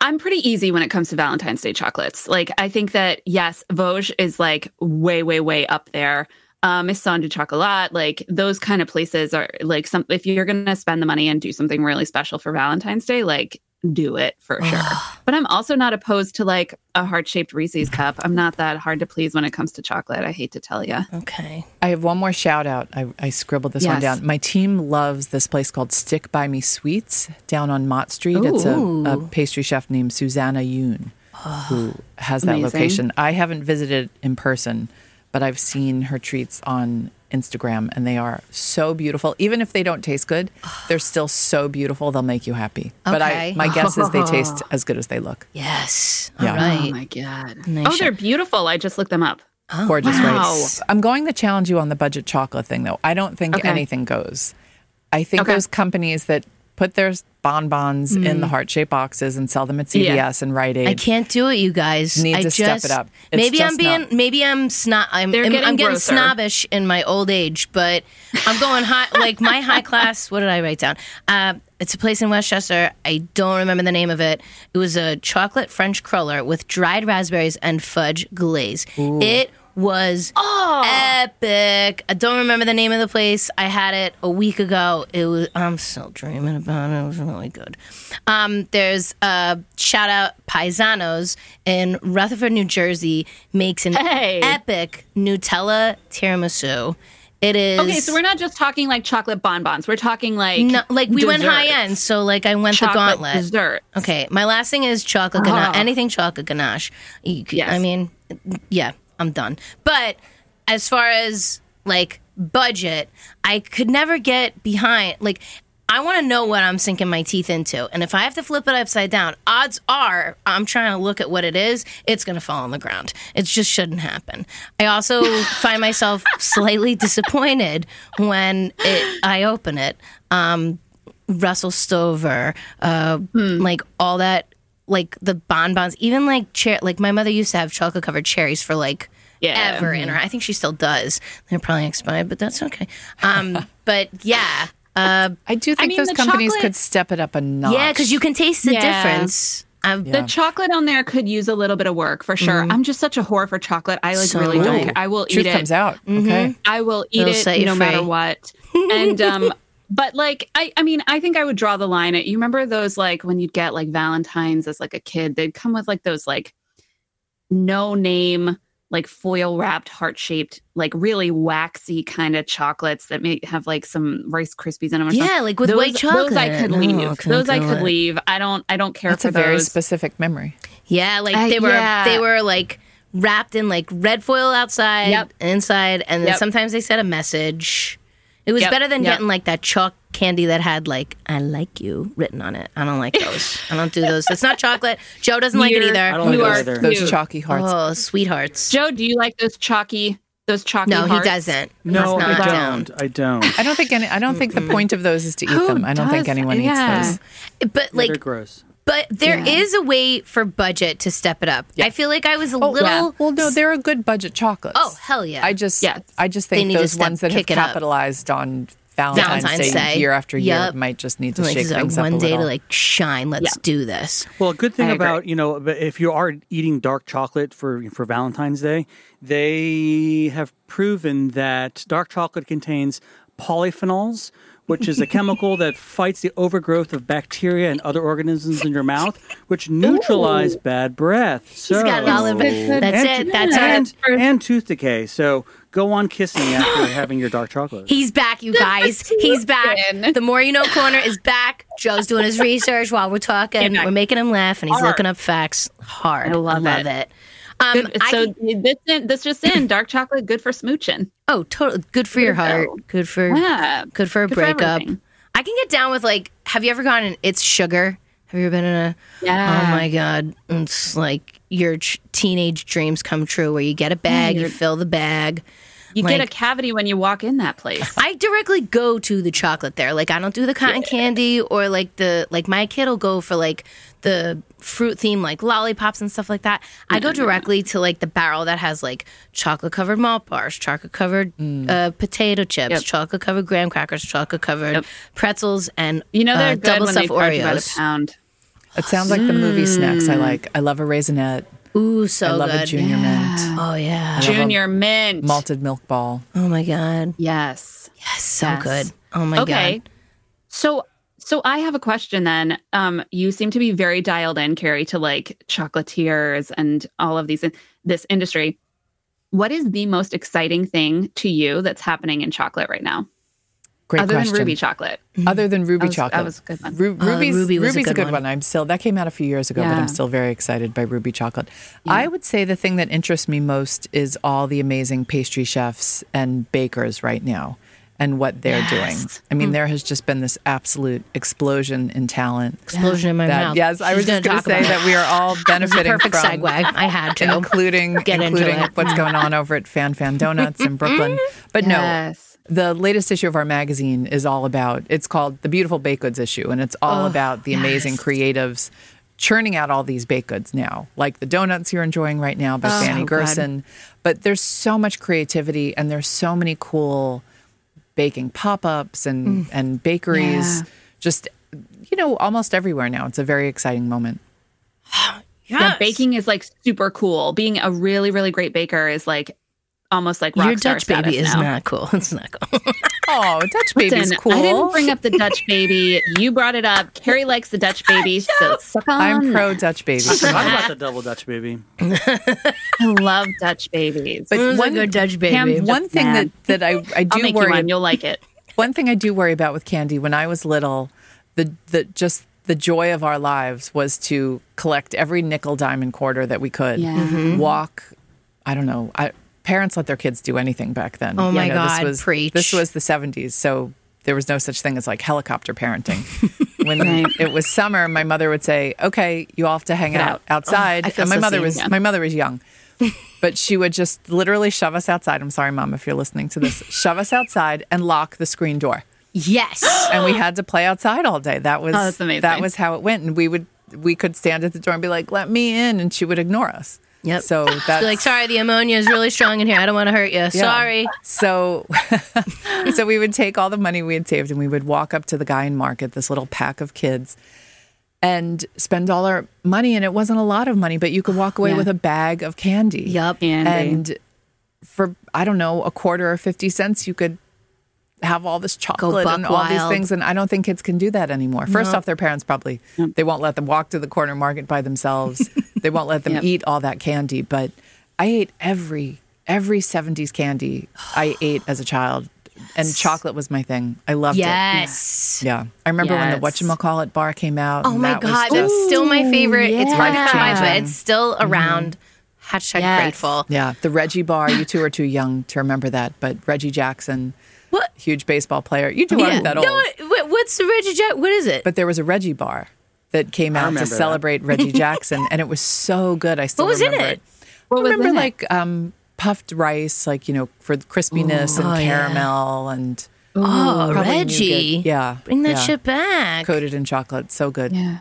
Speaker 3: I'm pretty easy when it comes to Valentine's Day chocolates. Like I think that yes, Vosges is like way way way up there. Um, Maison de Chocolat, like those kind of places are like some. If you're gonna spend the money and do something really special for Valentine's Day, like do it for sure. But I'm also not opposed to like a heart shaped Reese's cup. I'm not that hard to please when it comes to chocolate. I hate to tell you.
Speaker 2: Okay.
Speaker 1: I have one more shout out. I, I scribbled this one
Speaker 3: Yes.
Speaker 1: down. My team loves this place called Stick By Me Sweets down on Mott Street. It's a, a
Speaker 2: Ooh.
Speaker 1: pastry chef named Susanna Yoon who has that
Speaker 3: Amazing.
Speaker 1: location. I haven't visited in person, but I've seen her treats on Instagram and they are so beautiful. Even if they don't taste good, they're still so beautiful. They'll make you happy. But I,
Speaker 2: Okay.
Speaker 1: my guess is they taste as good as they look.
Speaker 2: Yes.
Speaker 1: Yeah.
Speaker 2: All right.
Speaker 3: Oh my god!
Speaker 2: Nice
Speaker 3: Oh, they're
Speaker 2: shot.
Speaker 3: beautiful. I just looked them up.
Speaker 1: Oh, Gorgeous,
Speaker 3: wow.
Speaker 1: right? I'm going to challenge you on the budget chocolate thing, though. I don't think
Speaker 3: Okay.
Speaker 1: anything goes. I think
Speaker 3: Okay. Mm.
Speaker 1: those companies that put their bonbons in the heart shaped boxes and sell them at CVS and Rite Aid.
Speaker 2: I can't do it, you guys.
Speaker 1: Need
Speaker 2: I
Speaker 1: to
Speaker 2: just,
Speaker 1: step it up. It's
Speaker 2: maybe
Speaker 1: just
Speaker 2: I'm being,
Speaker 1: not-
Speaker 2: maybe I'm snob. I'm,
Speaker 3: They're
Speaker 2: I'm- I'm
Speaker 3: getting
Speaker 2: getting
Speaker 3: grosser.
Speaker 2: snobbish in my old age, but I'm going high. like my high class. What did I write down? Uh, it's a place in Westchester. I don't remember the name of it. It was a chocolate French cruller with dried raspberries and fudge glaze. It was epic. I don't remember the name of the place. I had it a week ago. It was. I'm still dreaming about it. It was really good. Um, there's a shout out Paisanos in Rutherford, New Jersey makes an
Speaker 3: Hey.
Speaker 2: epic Nutella tiramisu. It is
Speaker 3: Okay, so we're not just talking like chocolate bonbons. We're talking like
Speaker 2: no, like we went
Speaker 3: desserts.
Speaker 2: high end, so like I went
Speaker 3: chocolate
Speaker 2: the gauntlet.
Speaker 3: dessert.
Speaker 2: Okay, my last thing is chocolate ganache.
Speaker 3: Ah.
Speaker 2: Anything chocolate ganache. You could- I
Speaker 3: Yes.
Speaker 2: mean, yeah, I'm done. But as far as like budget, I could never get behind. Like, I want to know what I'm sinking my teeth into, and if I have to flip it upside down, odds are I'm trying to look at what it is. It's going to fall on the ground. It just shouldn't happen. I also find myself slightly disappointed when it, I open it. Um, Russell Stover, uh,
Speaker 3: Hmm.
Speaker 2: like all that, like the bonbons, even like cher- like my mother used to have chocolate covered cherries for like
Speaker 3: Yeah. Mm-hmm.
Speaker 2: ever in her. I think she still does. They're probably expired, but that's okay. Um, but yeah, uh,
Speaker 1: I do think
Speaker 3: mean,
Speaker 1: those
Speaker 3: the
Speaker 1: companies could
Speaker 3: chocolate-
Speaker 1: step it up a notch.
Speaker 2: yeah, because you can taste the
Speaker 3: Yeah.
Speaker 2: difference. Uh, I've,
Speaker 3: The chocolate on there could use a little bit of work for sure. I'm just such a whore for chocolate. I like
Speaker 2: Mm-hmm. So
Speaker 3: really
Speaker 2: am
Speaker 3: don't
Speaker 2: I.
Speaker 3: care. I will
Speaker 1: Truth
Speaker 3: eat
Speaker 1: comes
Speaker 3: it. Mm-hmm.
Speaker 1: out. Okay.
Speaker 3: I will eat
Speaker 2: It'll set
Speaker 3: it
Speaker 2: you
Speaker 3: no matter
Speaker 2: free.
Speaker 3: what. And um but like I I mean I think I would draw the line at you remember those like when you'd get like Valentines as like a kid, they'd come with like those like no name like foil wrapped heart shaped like really waxy kind of chocolates that may have like some rice krispies in them or something.
Speaker 2: yeah, like with
Speaker 3: those,
Speaker 2: white chocolate.
Speaker 3: Those I could
Speaker 2: Oh,
Speaker 3: leave.
Speaker 2: okay,
Speaker 3: those I
Speaker 2: okay,
Speaker 3: could
Speaker 2: what?
Speaker 3: leave. I don't. I don't care
Speaker 1: That's
Speaker 3: for
Speaker 1: a very
Speaker 3: those.
Speaker 1: specific memory.
Speaker 2: Yeah, like
Speaker 3: Uh,
Speaker 2: they were
Speaker 3: yeah.
Speaker 2: they were like wrapped in like red foil outside,
Speaker 3: Yep.
Speaker 2: inside, and then
Speaker 3: Yep.
Speaker 2: sometimes they said a message. It was
Speaker 3: Yep,
Speaker 2: better than
Speaker 3: yep.
Speaker 2: getting like that chalk candy that had like "I like you" written on it. I don't like those. I don't do those. It's not chocolate. Joe doesn't like it
Speaker 3: You're-
Speaker 2: either.
Speaker 3: I
Speaker 4: don't like
Speaker 3: you
Speaker 4: those
Speaker 3: are
Speaker 4: either.
Speaker 1: Those
Speaker 3: cute.
Speaker 1: chalky hearts.
Speaker 2: oh, sweethearts.
Speaker 3: Joe, do you like those chalky? Those chalky?
Speaker 2: no,
Speaker 3: hearts?
Speaker 2: he doesn't.
Speaker 4: No,
Speaker 2: Let's
Speaker 4: I
Speaker 2: knock
Speaker 4: don't.
Speaker 2: down.
Speaker 4: I don't.
Speaker 1: I don't think any, I don't think the point of those is to eat
Speaker 3: Who
Speaker 1: them. I don't think
Speaker 3: does-
Speaker 1: anyone
Speaker 3: yeah.
Speaker 1: eats those.
Speaker 2: But like,
Speaker 4: They're gross.
Speaker 2: but there is
Speaker 3: Yeah.
Speaker 2: a way for budget to step it up. I feel like I was a
Speaker 1: Oh,
Speaker 2: little.
Speaker 1: yeah. Well, no, they're a good budget chocolates.
Speaker 2: Oh hell yeah!
Speaker 1: I just
Speaker 3: Yes.
Speaker 1: I just
Speaker 2: They
Speaker 1: think
Speaker 2: need to
Speaker 1: those
Speaker 2: step-
Speaker 1: ones that have
Speaker 2: kick it up.
Speaker 1: capitalized on Valentine's,
Speaker 2: Valentine's
Speaker 1: Day,
Speaker 2: Day.
Speaker 1: year after year
Speaker 2: Yup.
Speaker 1: might just need to
Speaker 2: like,
Speaker 1: shake
Speaker 2: this is our
Speaker 1: things up
Speaker 2: one
Speaker 1: a
Speaker 2: day to
Speaker 1: little.
Speaker 2: like shine. Let's
Speaker 3: Yeah.
Speaker 2: do this.
Speaker 4: Well, a good
Speaker 3: I
Speaker 4: thing
Speaker 3: agree.
Speaker 4: about you know, but if you are eating dark chocolate for for Valentine's Day, they have proven that dark chocolate contains polyphenols, which is a chemical that fights the overgrowth of bacteria and other organisms in your mouth, which neutralize bad breath. So
Speaker 2: He's got it all over. That's
Speaker 4: and,
Speaker 2: it. That's
Speaker 4: and,
Speaker 2: it.
Speaker 4: and tooth decay. So Go on kissing after having your dark chocolate.
Speaker 2: He's back, you guys. He's back.
Speaker 3: Listen.
Speaker 2: The More You Know corner is back. Joe's doing his research while we're talking.
Speaker 3: Yeah.
Speaker 2: We're making him laugh, and he's
Speaker 3: Hard.
Speaker 2: looking up facts hard. I
Speaker 3: love
Speaker 2: love
Speaker 3: it.
Speaker 2: it. Um,
Speaker 3: Good-
Speaker 2: I
Speaker 3: so
Speaker 2: can-
Speaker 3: this this just in, dark chocolate, good for smooching.
Speaker 2: oh, totally good for your
Speaker 3: Good
Speaker 2: heart.
Speaker 3: though.
Speaker 2: Good for
Speaker 3: Yeah,
Speaker 2: good for a
Speaker 3: Good for
Speaker 2: breakup.
Speaker 3: everything.
Speaker 2: I can get down with like. Have you ever gone and it's sugar? Have you ever been in a?
Speaker 3: Yeah.
Speaker 2: Oh my god! It's like your ch- teenage dreams come true, where you get a bag, you fill the bag.
Speaker 3: you get a
Speaker 2: like-
Speaker 3: cavity when you walk in that place.
Speaker 2: I directly go to the chocolate there. Like I don't do the cotton candy or like the like my kid will go for like the fruit theme like lollipops and stuff like that. I go
Speaker 1: Mm-hmm.
Speaker 2: directly to like the barrel that has like chocolate covered malt bars, chocolate covered
Speaker 1: Mm.
Speaker 2: uh, potato chips,
Speaker 3: Yep.
Speaker 2: chocolate covered graham crackers, chocolate covered pretzels, and
Speaker 3: You know they're
Speaker 2: uh,
Speaker 3: good
Speaker 2: double
Speaker 3: when they
Speaker 2: stuffed
Speaker 3: charge you about a
Speaker 2: Oreos.
Speaker 3: pound.
Speaker 1: It sounds like the movie
Speaker 2: hmm.
Speaker 1: snacks I like. I love a raisinette.
Speaker 2: Ooh, so
Speaker 1: I love
Speaker 2: good.
Speaker 1: a junior mint.
Speaker 2: Oh yeah.
Speaker 3: Junior mint.
Speaker 1: Malted milk ball.
Speaker 2: Oh my god.
Speaker 3: yes.
Speaker 2: Yes, so
Speaker 3: Yes.
Speaker 2: good. Oh my
Speaker 3: okay.
Speaker 2: god.
Speaker 3: So so I have a question then. Um, you seem to be very dialed in, Carrie, to like chocolatiers and all of these in this industry. What is the most exciting thing to you that's happening in chocolate right now?
Speaker 1: Great
Speaker 3: Other
Speaker 1: question.
Speaker 3: than Ruby chocolate.
Speaker 2: Mm-hmm.
Speaker 1: Other than Ruby
Speaker 3: That was- that
Speaker 1: chocolate.
Speaker 3: was a good one.
Speaker 1: Ru-
Speaker 2: Oh,
Speaker 1: Ruby's,
Speaker 2: Ruby was a
Speaker 1: Ruby's
Speaker 2: good one.
Speaker 1: I'm still that came out a few years ago, but
Speaker 3: Yeah.
Speaker 1: I'm still very excited by Ruby chocolate. I would say the thing that interests me most is all the amazing pastry chefs and bakers right now and what they're doing. I
Speaker 2: Mm.
Speaker 1: mean, there has just been this absolute explosion in talent.
Speaker 2: Explosion in my
Speaker 1: that-
Speaker 2: mouth.
Speaker 1: Yes, I
Speaker 2: She's
Speaker 1: was just going
Speaker 2: talk
Speaker 1: to say
Speaker 2: about it.
Speaker 1: that we are all benefiting
Speaker 2: Perfect
Speaker 1: from
Speaker 2: segue. I had to.
Speaker 1: including
Speaker 2: Get into
Speaker 1: including
Speaker 2: it.
Speaker 1: what's going on over at Fan Fan Donuts in Brooklyn. But
Speaker 3: Yes.
Speaker 1: no, the latest issue of our magazine is all about. It's called the Beautiful Baked Goods issue, and it's all about the amazing creatives churning out all these baked goods now, like the donuts you're enjoying right now by
Speaker 3: Oh,
Speaker 1: Fanny Gerson. But there's so much creativity, and there's so many cool baking pop-ups and and bakeries.
Speaker 3: Mm. Yeah.
Speaker 1: Just you know, almost everywhere now. It's a very exciting moment.
Speaker 3: Yeah, baking is like super cool. Being a really, really great baker is like almost like rock
Speaker 2: Your
Speaker 3: star
Speaker 2: Dutch baby
Speaker 3: status
Speaker 2: is
Speaker 3: now.
Speaker 2: not cool. It's not cool.
Speaker 1: Oh, Dutch baby's
Speaker 3: Listen,
Speaker 1: cool.
Speaker 3: I didn't bring up the Dutch baby. You brought it up. Carrie likes the Dutch baby, so suck on.
Speaker 1: I'm
Speaker 2: Um,
Speaker 1: pro Dutch baby.
Speaker 4: Talk about the double Dutch baby.
Speaker 3: I love Dutch babies.
Speaker 1: But
Speaker 2: Who's
Speaker 1: one,
Speaker 2: a good Dutch baby?
Speaker 3: Ham-
Speaker 1: one thing
Speaker 3: Yeah.
Speaker 1: that, that I, I
Speaker 3: I'll
Speaker 1: do
Speaker 3: make you
Speaker 1: worry
Speaker 3: one. You'll like it.
Speaker 1: one thing I do worry about with candy when I was little, the the just the joy of our lives was to collect every nickel, dime, and quarter that we could.
Speaker 3: Yeah. Mhm.
Speaker 1: Walk, I don't know. I, parents let their kids do anything back then.
Speaker 2: Oh my
Speaker 1: you know,
Speaker 2: God,
Speaker 1: This was
Speaker 2: preach.
Speaker 1: this was the seventies, so there was no such thing as like helicopter parenting. when it was summer, my mother would say, "Okay, you all have to hang out,
Speaker 3: out."
Speaker 1: outside."
Speaker 2: I feel
Speaker 1: and my
Speaker 2: so
Speaker 1: mother
Speaker 2: seen,
Speaker 1: was
Speaker 2: yeah.
Speaker 1: my mother was young. But she would just literally shove us outside. I'm sorry, mom, if you're listening to this. Shove us outside and lock the screen door
Speaker 2: yes.
Speaker 1: and we had to play outside all day. That was
Speaker 3: Oh, that's amazing.
Speaker 1: that was how it went, and we would we could stand at the door and be like, "Let me in," and she would ignore us.
Speaker 2: Yep.
Speaker 1: So that's
Speaker 2: Be like, sorry, the ammonia is really strong in here. I don't want to hurt you.
Speaker 1: yeah.
Speaker 2: Sorry.
Speaker 1: So, so we would take all the money we had saved and we would walk up to the guy in market, this little pack of kids, and spend all our money. And it wasn't a lot of money, but you could walk away
Speaker 3: Yeah.
Speaker 1: with a bag of candy.
Speaker 2: Yup.
Speaker 3: Candy.
Speaker 1: And for I don't know a quarter or fifty cents, you could have all this chocolate
Speaker 2: buck
Speaker 1: and all these
Speaker 2: wild.
Speaker 1: things. And I don't think kids can do that anymore. First off, their parents probably they won't let them walk to the corner market by themselves. they won't let them
Speaker 3: Yep.
Speaker 1: eat all that candy. But I ate every every seventies candy I ate as a child, and chocolate was my thing. I loved
Speaker 2: Yes.
Speaker 1: it. Yeah, I remember
Speaker 3: Yes.
Speaker 1: when the whatchamacallit bar came out.
Speaker 2: Oh
Speaker 1: and
Speaker 2: my
Speaker 1: that was
Speaker 2: God.
Speaker 1: just-
Speaker 2: That's still my favorite. It's hard to find, but
Speaker 1: Life-changing.
Speaker 2: it's still around. Hashtag
Speaker 3: Yes.
Speaker 2: grateful.
Speaker 1: Yeah, the Reggie Bar. You two are too young to remember that, but Reggie Jackson,
Speaker 2: What?
Speaker 1: huge baseball player. You two aren't that old.
Speaker 2: No, what, what's the Reggie Jack? What is it?
Speaker 1: But there was a Reggie Bar that came out
Speaker 4: remember
Speaker 1: to
Speaker 4: that.
Speaker 1: celebrate Reggie Jackson, and it was so good. I still
Speaker 2: What was in
Speaker 1: remember
Speaker 2: it?
Speaker 1: I
Speaker 3: was
Speaker 1: remember
Speaker 3: in it?
Speaker 1: like um, puffed rice, like you know, for the crispiness
Speaker 2: Oh,
Speaker 1: and
Speaker 2: yeah.
Speaker 1: caramel, and
Speaker 2: oh,
Speaker 1: probably nougat.
Speaker 2: Reggie.
Speaker 1: Yeah,
Speaker 2: Bring that
Speaker 1: yeah.
Speaker 2: shit back.
Speaker 1: coated in chocolate. So good.
Speaker 3: Yeah.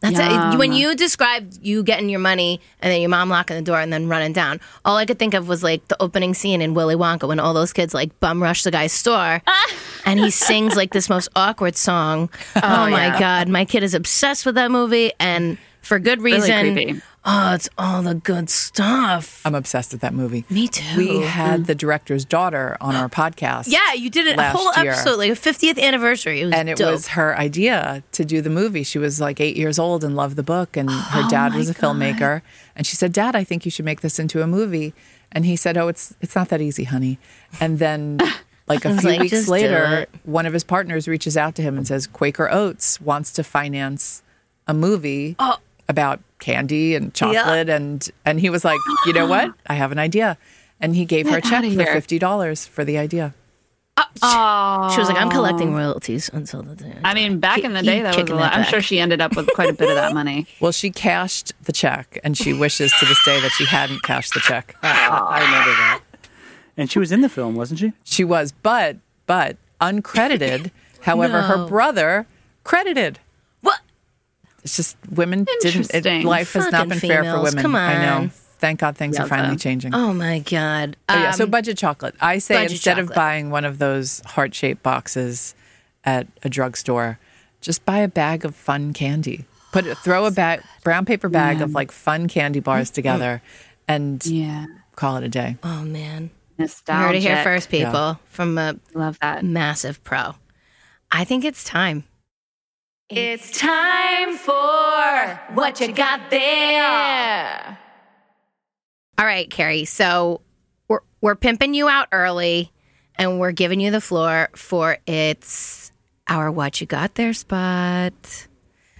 Speaker 2: That's it.
Speaker 3: Yum.
Speaker 2: when you described you getting your money and then your mom locking the door and then running down. All I could think of was like the opening scene in Willy Wonka when all those kids like bum rush the guy's store
Speaker 1: Ah.
Speaker 2: and he sings like this most awkward song. Oh, my god, my kid is obsessed with that movie and for good reason.
Speaker 3: creepy.
Speaker 2: oh, it's all the good stuff.
Speaker 1: I'm obsessed with that movie.
Speaker 2: Me too. Mm.
Speaker 1: We had the director's daughter on our podcast.
Speaker 2: yeah, you did it a
Speaker 1: Last
Speaker 2: whole
Speaker 1: year.
Speaker 2: episode, like a 50th anniversary. It was
Speaker 1: and it
Speaker 2: dope.
Speaker 1: was her idea to do the movie. She was like eight years old and
Speaker 2: Oh
Speaker 1: loved the book, and her dad was a filmmaker. And she said, "Dad, I think you should make this into a movie." And he said, "Oh, it's it's not that easy, honey." And then, like
Speaker 2: I
Speaker 1: a
Speaker 2: was
Speaker 1: few
Speaker 2: like,
Speaker 1: weeks
Speaker 2: "Just do
Speaker 1: later,
Speaker 2: it."
Speaker 1: one of his partners reaches out to him and says, "Quaker Oats wants to finance a movie
Speaker 2: Oh.
Speaker 1: about candy and chocolate," and and he was like, "You know what? I have an idea." And he gave her a
Speaker 3: Get
Speaker 1: check
Speaker 3: outta
Speaker 1: for
Speaker 3: here.
Speaker 1: fifty dollars for the idea.
Speaker 2: She was like, I'm collecting royalties until the day.
Speaker 3: I mean, back in the day, that was a
Speaker 2: kicking
Speaker 3: lot.
Speaker 2: that
Speaker 3: I'm
Speaker 2: back.
Speaker 3: sure she ended up with quite a bit of that money.
Speaker 1: Well, she cashed the check, and she wishes to this day that she hadn't cashed the check.
Speaker 4: I remember that. And she was in the film, wasn't she?
Speaker 1: She was, but but uncredited. However, her
Speaker 2: No.
Speaker 1: brother credited.
Speaker 2: what?
Speaker 1: It's just women didn't. It,
Speaker 3: Interesting.
Speaker 1: life has not
Speaker 2: Fucking
Speaker 1: been fair for
Speaker 2: females,
Speaker 1: women.
Speaker 2: come
Speaker 1: I know.
Speaker 2: on.
Speaker 1: Thank God things are finally changing.
Speaker 2: Oh my god.
Speaker 1: Oh, yeah.
Speaker 2: Um,
Speaker 1: So budget chocolate. I say
Speaker 2: budget
Speaker 1: instead of
Speaker 2: chocolate.
Speaker 1: buying one of those heart shaped boxes at a drugstore, just buy a bag of fun candy. Put it, throw a bag, brown paper bag of like fun candy bars together, and
Speaker 3: Yeah.
Speaker 1: call it a day.
Speaker 2: oh man. You
Speaker 3: Nostalgic.
Speaker 2: heard it here first, people,
Speaker 1: Yeah.
Speaker 2: from a
Speaker 3: Love that.
Speaker 2: massive pro. I think it's time.
Speaker 5: It's time for what you got there.
Speaker 2: All right, Carrie. So we're we're pimping you out early, and we're giving you the floor for it's our what you got there spot.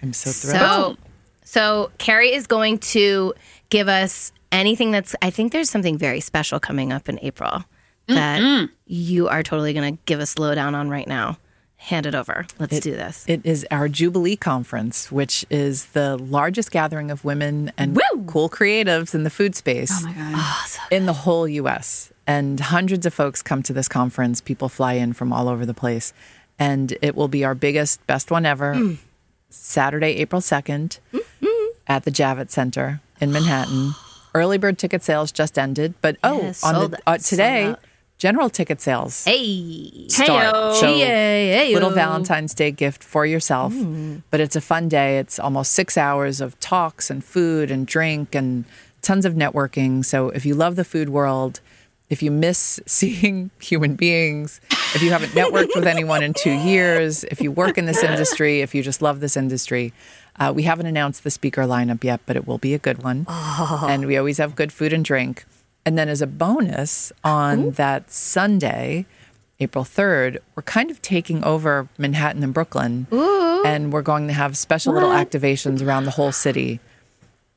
Speaker 1: I'm so thrilled.
Speaker 2: So, so Carrie is going to give us anything that's. I think there's something very special coming up in April that you are totally going to give us lowdown on right now. Hand it over. Let's do this.
Speaker 1: It is our Jubilee Conference, which is the largest gathering of women and cool creatives in the food space
Speaker 3: Oh my God.
Speaker 1: in the whole US. And hundreds of folks come to this conference. People fly in from all over the place. And it will be our biggest, best one ever
Speaker 2: Mm.
Speaker 1: Saturday, April 2nd
Speaker 2: Mm-hmm.
Speaker 1: at the Javits Center in Manhattan. Early bird ticket sales just ended, but oh,
Speaker 2: Yes,
Speaker 1: on
Speaker 2: sold-
Speaker 1: the, uh,
Speaker 2: sold
Speaker 1: today,
Speaker 2: out.
Speaker 1: general ticket sales
Speaker 2: Hey,
Speaker 1: start. So,
Speaker 2: Hey-yo.
Speaker 1: little Valentine's Day gift for yourself. But it's a fun day. It's almost six hours of talks and food and drink and tons of networking. So if you love the food world, if you miss seeing human beings, if you haven't networked with anyone in two years, if you work in this industry, if you just love this industry, uh, we haven't announced the speaker lineup yet, but it will be a good one. And we always have good food and drink. And then as a bonus on that Sunday, April 3rd, we're kind of taking over Manhattan and Brooklyn. And we're going to have special little activations around the whole city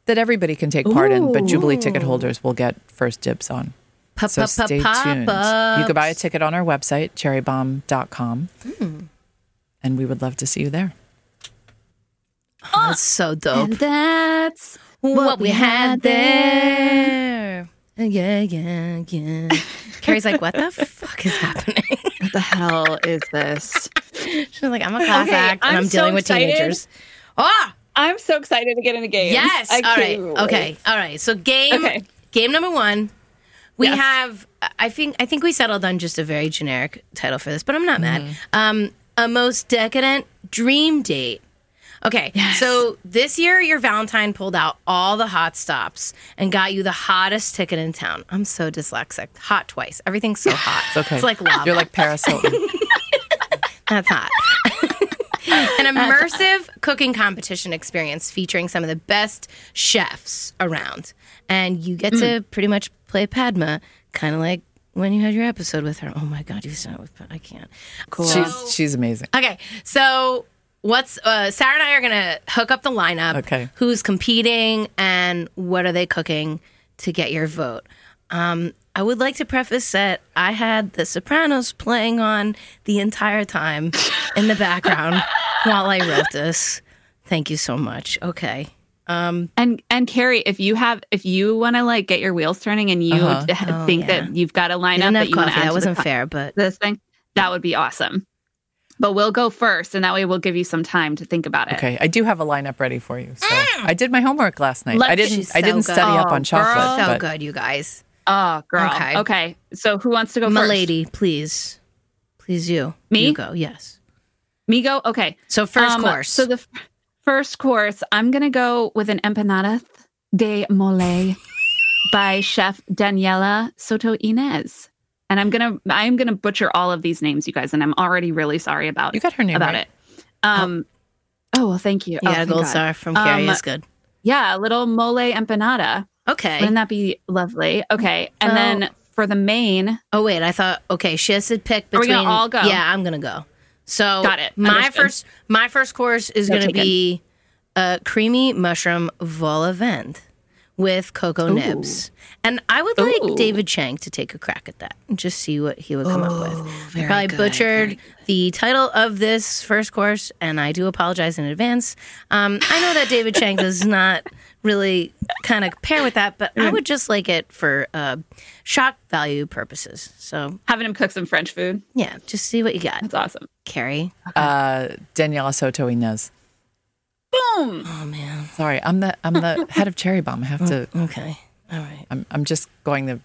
Speaker 1: that everybody can take part in, but Jubilee ticket holders will get first dibs on.
Speaker 2: Pop,
Speaker 1: So
Speaker 2: pop, pop,
Speaker 1: stay tuned. You
Speaker 2: pop-ups.
Speaker 1: can buy a ticket on our website, cherrybomb.com.
Speaker 2: Hmm.
Speaker 1: And we would love to see you there.
Speaker 2: Oh, that's so dope.
Speaker 3: And that's
Speaker 2: What we had there. Yeah, yeah, yeah. Carrie's like, what the fuck is happening?
Speaker 3: What the hell is this?
Speaker 2: She's like, I'm a class
Speaker 3: Okay,
Speaker 2: act and
Speaker 3: I'm
Speaker 2: I'm,
Speaker 3: so
Speaker 2: dealing with
Speaker 3: excited.
Speaker 2: teenagers. Ah,
Speaker 3: I'm so excited to get into games.
Speaker 2: Yes. All right. Okay. All right. So game
Speaker 3: Okay.
Speaker 2: game number one. We
Speaker 3: Yes.
Speaker 2: have. I think. I think we settled on just a very generic title for this, but I'm not mad. Um, a most decadent dream date. Okay. So this year, your Valentine pulled out all the hot stops and got you the hottest ticket in town. I'm so dyslexic. Hot twice. Everything's so hot.
Speaker 1: It's okay.
Speaker 2: It's like lava.
Speaker 1: You're like Paris Hilton.
Speaker 2: That's hot. An immersive cooking competition experience featuring some of the best chefs around. And you get to pretty much play Padma, kind of like when you had your episode with her. Oh my God, you said it with Padma. I can't. Cool.
Speaker 1: she's, she's amazing.
Speaker 2: Okay. So what's uh, Sarah and I are gonna hook up the lineup.
Speaker 1: Okay.
Speaker 2: Who's competing and what are they cooking to get your vote? Um, I would like to preface that I had The Sopranos playing on the entire time in the background while I wrote this. Thank you so much. Okay.
Speaker 3: And and Carrie, if you have if you want to like get your wheels turning and you d- think that you've got a
Speaker 2: I
Speaker 3: lineup
Speaker 2: Uh-huh. Oh, didn't
Speaker 3: that
Speaker 2: have
Speaker 3: you want
Speaker 2: coffee.
Speaker 3: to add
Speaker 2: That
Speaker 3: to
Speaker 2: wasn't
Speaker 3: the,
Speaker 2: fair, but
Speaker 3: this thing, that would be awesome. But we'll go first, and that way we'll give you some time to think about it.
Speaker 1: Okay, I do have a lineup ready for you. So I did my homework last night. I
Speaker 3: Let's-
Speaker 1: didn't.
Speaker 2: she's
Speaker 1: I
Speaker 2: so
Speaker 1: didn't
Speaker 2: Mm. good.
Speaker 1: study up
Speaker 3: Oh,
Speaker 1: on chocolate.
Speaker 2: so
Speaker 1: but
Speaker 2: good, you guys.
Speaker 3: Oh, girl.
Speaker 2: Okay.
Speaker 3: Okay. So who wants to go first?
Speaker 2: Milady, please. Please you.
Speaker 3: Me?
Speaker 2: You go, yes.
Speaker 3: Me go. Okay.
Speaker 2: So first
Speaker 3: Um,
Speaker 2: course.
Speaker 3: So the f- first course, I'm gonna go with an empanada de mole by Chef Daniela Soto Inez, and I'm gonna I'm gonna butcher all of these names, you guys, and I'm already really sorry about
Speaker 1: You got her name
Speaker 3: about
Speaker 1: right.
Speaker 3: it. Um. Oh. well, thank you.
Speaker 2: You
Speaker 3: oh,
Speaker 2: got a
Speaker 3: thank
Speaker 2: gold
Speaker 3: God.
Speaker 2: star from Carrie.
Speaker 3: Um,
Speaker 2: is good.
Speaker 3: Yeah, a little mole empanada.
Speaker 2: Okay.
Speaker 3: Wouldn't that be lovely? Okay. And then for the main,
Speaker 2: Oh wait, I thought okay, she has to pick
Speaker 3: Are we
Speaker 2: between
Speaker 3: gonna all go?
Speaker 2: Yeah, I'm gonna go. So
Speaker 3: Got it.
Speaker 2: My
Speaker 3: Understood.
Speaker 2: first my first course is
Speaker 3: Note
Speaker 2: gonna
Speaker 3: taken.
Speaker 2: be a creamy mushroom vol au vent with cocoa nibs. And I would like
Speaker 3: Ooh.
Speaker 2: David Chang to take a crack at that and just see what he would come up with. I
Speaker 1: Oh, very
Speaker 2: probably
Speaker 1: good,
Speaker 2: butchered the title of this first course, and I do apologize in advance. Um, I know that David Chang does not really kind of pair with that, but I would just like it for uh, shock value purposes. So
Speaker 3: having him cook some French food.
Speaker 2: yeah, just see what you got,
Speaker 3: That's awesome.
Speaker 2: Carrie.
Speaker 1: Uh, Daniela Soto Inez.
Speaker 3: Boom.
Speaker 2: Oh man.
Speaker 1: Sorry, I'm the I'm the head of Cherry Bomb. I have to.
Speaker 2: Okay. All right.
Speaker 1: I'm I'm just going to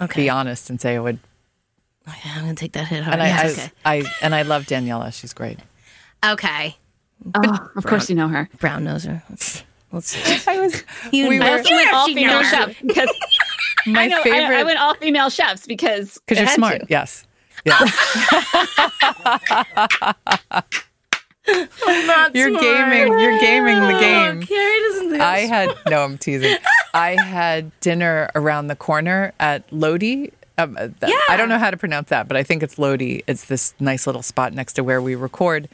Speaker 2: Okay.
Speaker 1: be honest and say I would.
Speaker 2: Okay, I'm gonna take that hit hard.
Speaker 1: And I, I,
Speaker 2: Yeah, okay.
Speaker 1: I and I love Daniela. She's great.
Speaker 2: okay.
Speaker 3: Oh, of course you know her.
Speaker 2: Brown noser. Let's let's see.
Speaker 1: I was.
Speaker 2: You
Speaker 1: we
Speaker 2: know.
Speaker 3: I
Speaker 1: were
Speaker 3: also went all
Speaker 2: She
Speaker 3: female
Speaker 2: knows her.
Speaker 3: chefs because
Speaker 1: my
Speaker 3: I know I-
Speaker 1: favorite
Speaker 3: I, went all female chefs because
Speaker 1: because
Speaker 3: I
Speaker 1: you're
Speaker 3: had
Speaker 1: smart.
Speaker 3: to.
Speaker 1: Yes. Yes.
Speaker 2: Not
Speaker 1: you're
Speaker 2: smart.
Speaker 1: gaming. You're gaming the game.
Speaker 2: Carrie doesn't do
Speaker 1: I had no, I'm teasing. I had dinner around the corner at Lodi. Um, uh, th- I don't know how to pronounce that, but I think it's Lodi. It's this nice little spot next to where we record.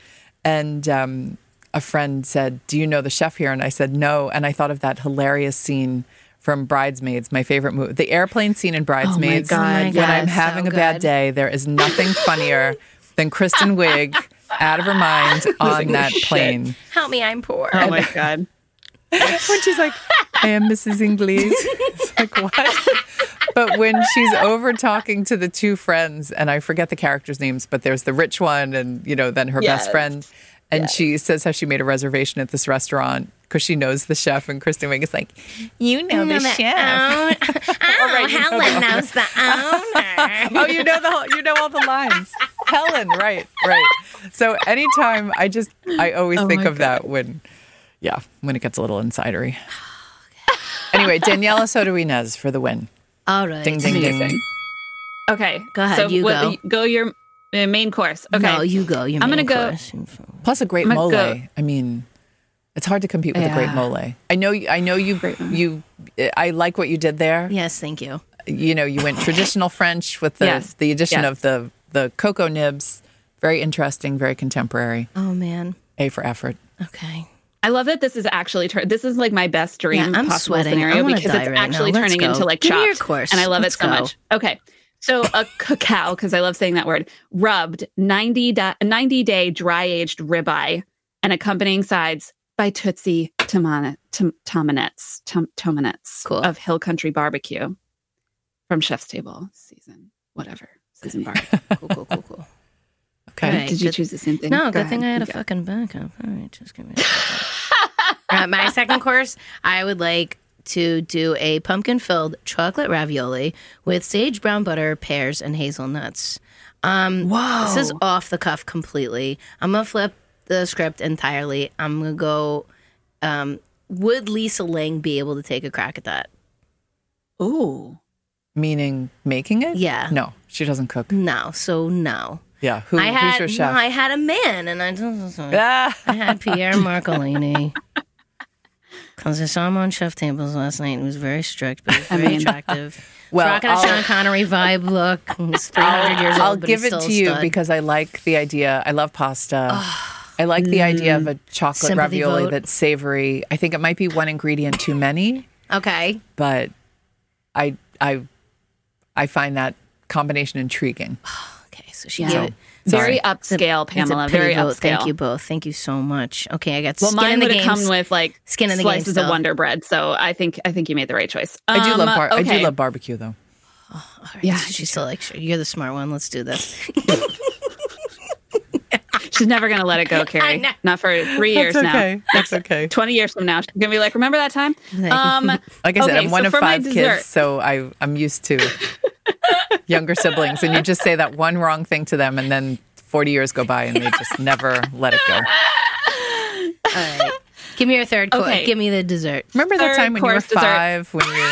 Speaker 1: And um, a friend said, "Do you know the chef here?" And I said, "No." And I thought of that hilarious scene from Bridesmaids, my favorite movie, the airplane scene in Bridesmaids.
Speaker 2: God. Oh my
Speaker 1: when
Speaker 2: God,
Speaker 1: I'm
Speaker 2: so
Speaker 1: having a bad
Speaker 2: good.
Speaker 1: day, there is nothing funnier than Kristen Wiig out of her mind on that plane
Speaker 2: Help me, I'm poor.
Speaker 3: Oh my god.
Speaker 1: when she's like, I am Mrs. Inglis. It's like, what? But when she's over talking to the two friends, and I forget the characters' names, but there's the rich one and, you know, then her
Speaker 3: Yes.
Speaker 1: best friend. And she says how she made a reservation at this restaurant because she knows the chef. And Kristen Wiig is like, You know the chef.
Speaker 2: Own. Oh, Helen knows the owner.
Speaker 1: Oh, you know the whole, you know all the lines. Helen, right, right. So anytime I just I always think of that when yeah, when it gets a little insidery. anyway, Daniela Soto Inez for the win.
Speaker 2: All right.
Speaker 1: Ding ding ding.
Speaker 3: Okay.
Speaker 2: Go ahead,
Speaker 3: So
Speaker 2: you
Speaker 3: what-
Speaker 2: go.
Speaker 3: your uh, main course. Okay.
Speaker 2: No, you go. You're
Speaker 3: I'm gonna
Speaker 2: main
Speaker 3: go-
Speaker 2: course.
Speaker 1: Plus a great
Speaker 3: I'm
Speaker 1: mole.
Speaker 3: gonna go-
Speaker 1: I mean, it's hard to compete with a great
Speaker 3: Yeah.
Speaker 1: mole. I know I know you you I like what you did there.
Speaker 2: Yes, thank you.
Speaker 1: You know, you went traditional French with the
Speaker 3: Yes.
Speaker 1: the addition
Speaker 3: Yes.
Speaker 1: of the the cocoa nibs. Very interesting, very contemporary.
Speaker 2: Oh man.
Speaker 1: A for effort.
Speaker 2: Okay.
Speaker 3: I love that this is actually tur- this is like my best dream
Speaker 2: Yeah, I'm
Speaker 3: possible
Speaker 2: sweating. I
Speaker 3: scenario
Speaker 2: wanna
Speaker 3: because it's
Speaker 2: die right now.
Speaker 3: actually
Speaker 2: Let's
Speaker 3: turning
Speaker 2: go.
Speaker 3: into like
Speaker 2: Give me
Speaker 3: chopped.
Speaker 2: your course.
Speaker 3: And I love
Speaker 2: Let's
Speaker 3: it so
Speaker 2: go.
Speaker 3: much. Okay. So a cacao because I love saying that word rubbed 90 da- 90 day dry aged ribeye and accompanying sides by Tootsie Tomana- Tom- Tominets Tom- Tominets
Speaker 2: Cool.
Speaker 3: of Hill Country Barbecue from Chef's Table season whatever season bar.
Speaker 2: Cool, cool, cool, cool.
Speaker 1: Okay.
Speaker 2: All right.
Speaker 3: Did you
Speaker 2: good-
Speaker 3: choose the same thing?
Speaker 2: No,
Speaker 3: Go
Speaker 2: good
Speaker 3: ahead.
Speaker 2: thing I had
Speaker 3: You
Speaker 2: a
Speaker 3: go.
Speaker 2: fucking backup. All right, just give me. a second. uh, my second course, I would like to do a pumpkin filled chocolate ravioli with sage brown butter, pears, and hazelnuts. Um,
Speaker 3: Whoa.
Speaker 2: This is off the cuff completely. I'm gonna flip the script entirely. I'm gonna go. Um, would Lisa Lang be able to take a crack at that?
Speaker 3: Ooh.
Speaker 1: Meaning making it?
Speaker 2: Yeah.
Speaker 1: No, she doesn't cook.
Speaker 2: No, so no.
Speaker 1: Yeah. Who,
Speaker 2: I had
Speaker 1: who's your chef?
Speaker 2: no, I had a man, and I just.
Speaker 1: Ah.
Speaker 2: I had Pierre Marcolini. Because I saw him on chef tables last night and he was very strict, but he was
Speaker 3: I
Speaker 2: very
Speaker 3: mean-
Speaker 2: attractive.
Speaker 1: Well,
Speaker 2: Well, rocking a
Speaker 1: I'll-
Speaker 2: Sean Connery vibe look. He's 300 years old.
Speaker 1: I'll
Speaker 2: but
Speaker 1: give
Speaker 2: he's
Speaker 1: it
Speaker 2: still
Speaker 1: to you
Speaker 2: a stud.
Speaker 1: because I like the idea. I love pasta. I like the idea
Speaker 3: Mm.
Speaker 1: of a chocolate
Speaker 2: Sympathy
Speaker 1: ravioli
Speaker 2: vote.
Speaker 1: that's savory. I think it might be one ingredient too many,
Speaker 2: Okay.
Speaker 1: but I I I find that combination intriguing.
Speaker 2: Okay. So she
Speaker 3: Yeah.
Speaker 2: gave it.
Speaker 3: Very
Speaker 1: Sorry.
Speaker 3: upscale,
Speaker 2: It's a
Speaker 3: Pamela.
Speaker 2: pity
Speaker 3: Very
Speaker 2: vote.
Speaker 3: upscale.
Speaker 2: Thank you both. Thank you so much. Okay. I got
Speaker 3: Well,
Speaker 2: skin in
Speaker 3: mine
Speaker 2: the
Speaker 3: would have
Speaker 2: games.
Speaker 3: come with like
Speaker 2: Skin in the game
Speaker 3: slices of
Speaker 2: still.
Speaker 3: Wonder Bread, so I think I think you made the right choice.
Speaker 1: I do
Speaker 3: Um,
Speaker 1: love bar- I
Speaker 3: okay.
Speaker 1: do love barbecue though.
Speaker 2: All right,
Speaker 3: Yeah,
Speaker 2: so she's still like, sure, you're the smart one. Let's do this.
Speaker 3: She's never gonna let it go, Carrie.
Speaker 2: know.
Speaker 3: Not for three years
Speaker 1: That's
Speaker 3: now.
Speaker 1: okay. That's okay.
Speaker 3: Twenty years from now, she's gonna be like, "Remember that time?" Um,
Speaker 1: Like I said,
Speaker 3: okay,
Speaker 1: I'm one
Speaker 3: so
Speaker 1: of
Speaker 3: for my
Speaker 1: five
Speaker 3: dessert-
Speaker 1: kids, so I I'm used to younger siblings. And you just say that one wrong thing to them, and then 40 years go by, and they just never let it go.
Speaker 2: All right. Give me your third course.
Speaker 3: Okay.
Speaker 2: Give me the dessert.
Speaker 1: Remember
Speaker 3: Third
Speaker 1: that time when you were
Speaker 3: course dessert.
Speaker 1: five, when you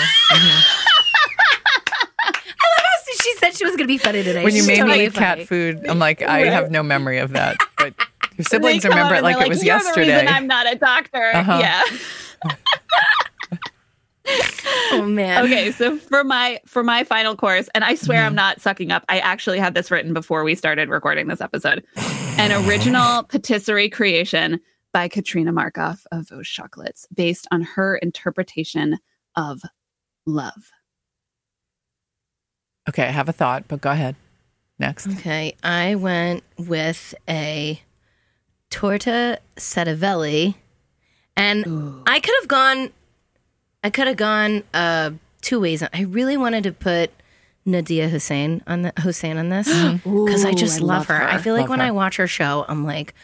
Speaker 2: She said she was going to be funny today.
Speaker 1: when you
Speaker 2: She's
Speaker 1: made
Speaker 2: totally
Speaker 1: me eat cat
Speaker 2: funny.
Speaker 1: food? I'm like, I have no memory of that. But your siblings
Speaker 3: They come
Speaker 1: remember it
Speaker 3: up
Speaker 1: like
Speaker 3: and they're
Speaker 1: it was Uh-huh.
Speaker 3: You're The
Speaker 1: yesterday.
Speaker 3: reason I'm not a doctor.
Speaker 1: Uh-huh.
Speaker 3: Yeah.
Speaker 2: Oh man.
Speaker 3: okay so for my for my final course and i swear i'm not sucking up i actually had this written before we started recording this episode an original patisserie creation by katrina markoff of those chocolates based on her interpretation of love
Speaker 1: Okay, I have a thought, but go ahead. Next.
Speaker 2: Okay, I went with a torta setavelli, and I could have gone. I could have gone uh, two ways. I really wanted to put Nadia Hussein on the Hussein on this because I just
Speaker 3: Ooh, I
Speaker 2: love,
Speaker 3: love
Speaker 2: her.
Speaker 3: her.
Speaker 2: I feel like
Speaker 1: Love
Speaker 2: when
Speaker 1: her.
Speaker 2: I watch her show, I'm like,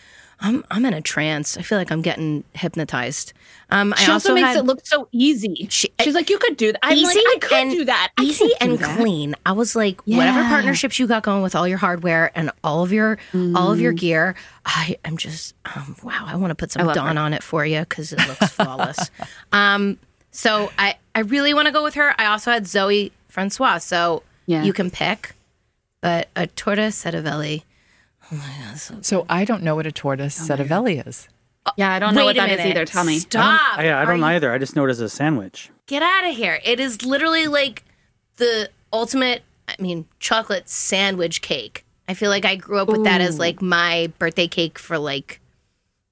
Speaker 2: I'm I'm in a trance. I feel like I'm getting hypnotized. Um,
Speaker 3: she
Speaker 2: I
Speaker 3: also,
Speaker 2: also
Speaker 3: makes
Speaker 2: had-
Speaker 3: it look so easy
Speaker 2: She-
Speaker 3: she's like you could do that i'm like
Speaker 2: Easy
Speaker 3: i could
Speaker 2: and-
Speaker 3: do that I
Speaker 2: easy
Speaker 3: could do
Speaker 2: and
Speaker 3: that."
Speaker 2: clean. I was like, whatever
Speaker 3: Yeah.
Speaker 2: partnerships you got going with all your hardware and all of your all of your gear, I am just um, wow. I want to put some
Speaker 3: Mm. love
Speaker 2: Dawn
Speaker 3: her.
Speaker 2: on it for you because it looks flawless. Um, so I I really want to go with her. I also had Zoe Francois, so
Speaker 3: Yeah.
Speaker 2: you can pick, but a torta setavelli. Oh my god! so-
Speaker 1: So I don't know what a tortoise
Speaker 3: Oh,
Speaker 1: setavelli is.
Speaker 3: yeah i don't know
Speaker 2: Wait
Speaker 3: what
Speaker 2: a
Speaker 3: that is
Speaker 2: minute.
Speaker 3: either tell me
Speaker 2: Stop.
Speaker 4: I, I
Speaker 2: Uh, Are
Speaker 4: don't
Speaker 2: you
Speaker 4: either. I just know it as a sandwich.
Speaker 2: get out of here. It is literally like the ultimate, I mean, chocolate sandwich cake. I feel like I grew up with that as like my birthday cake for like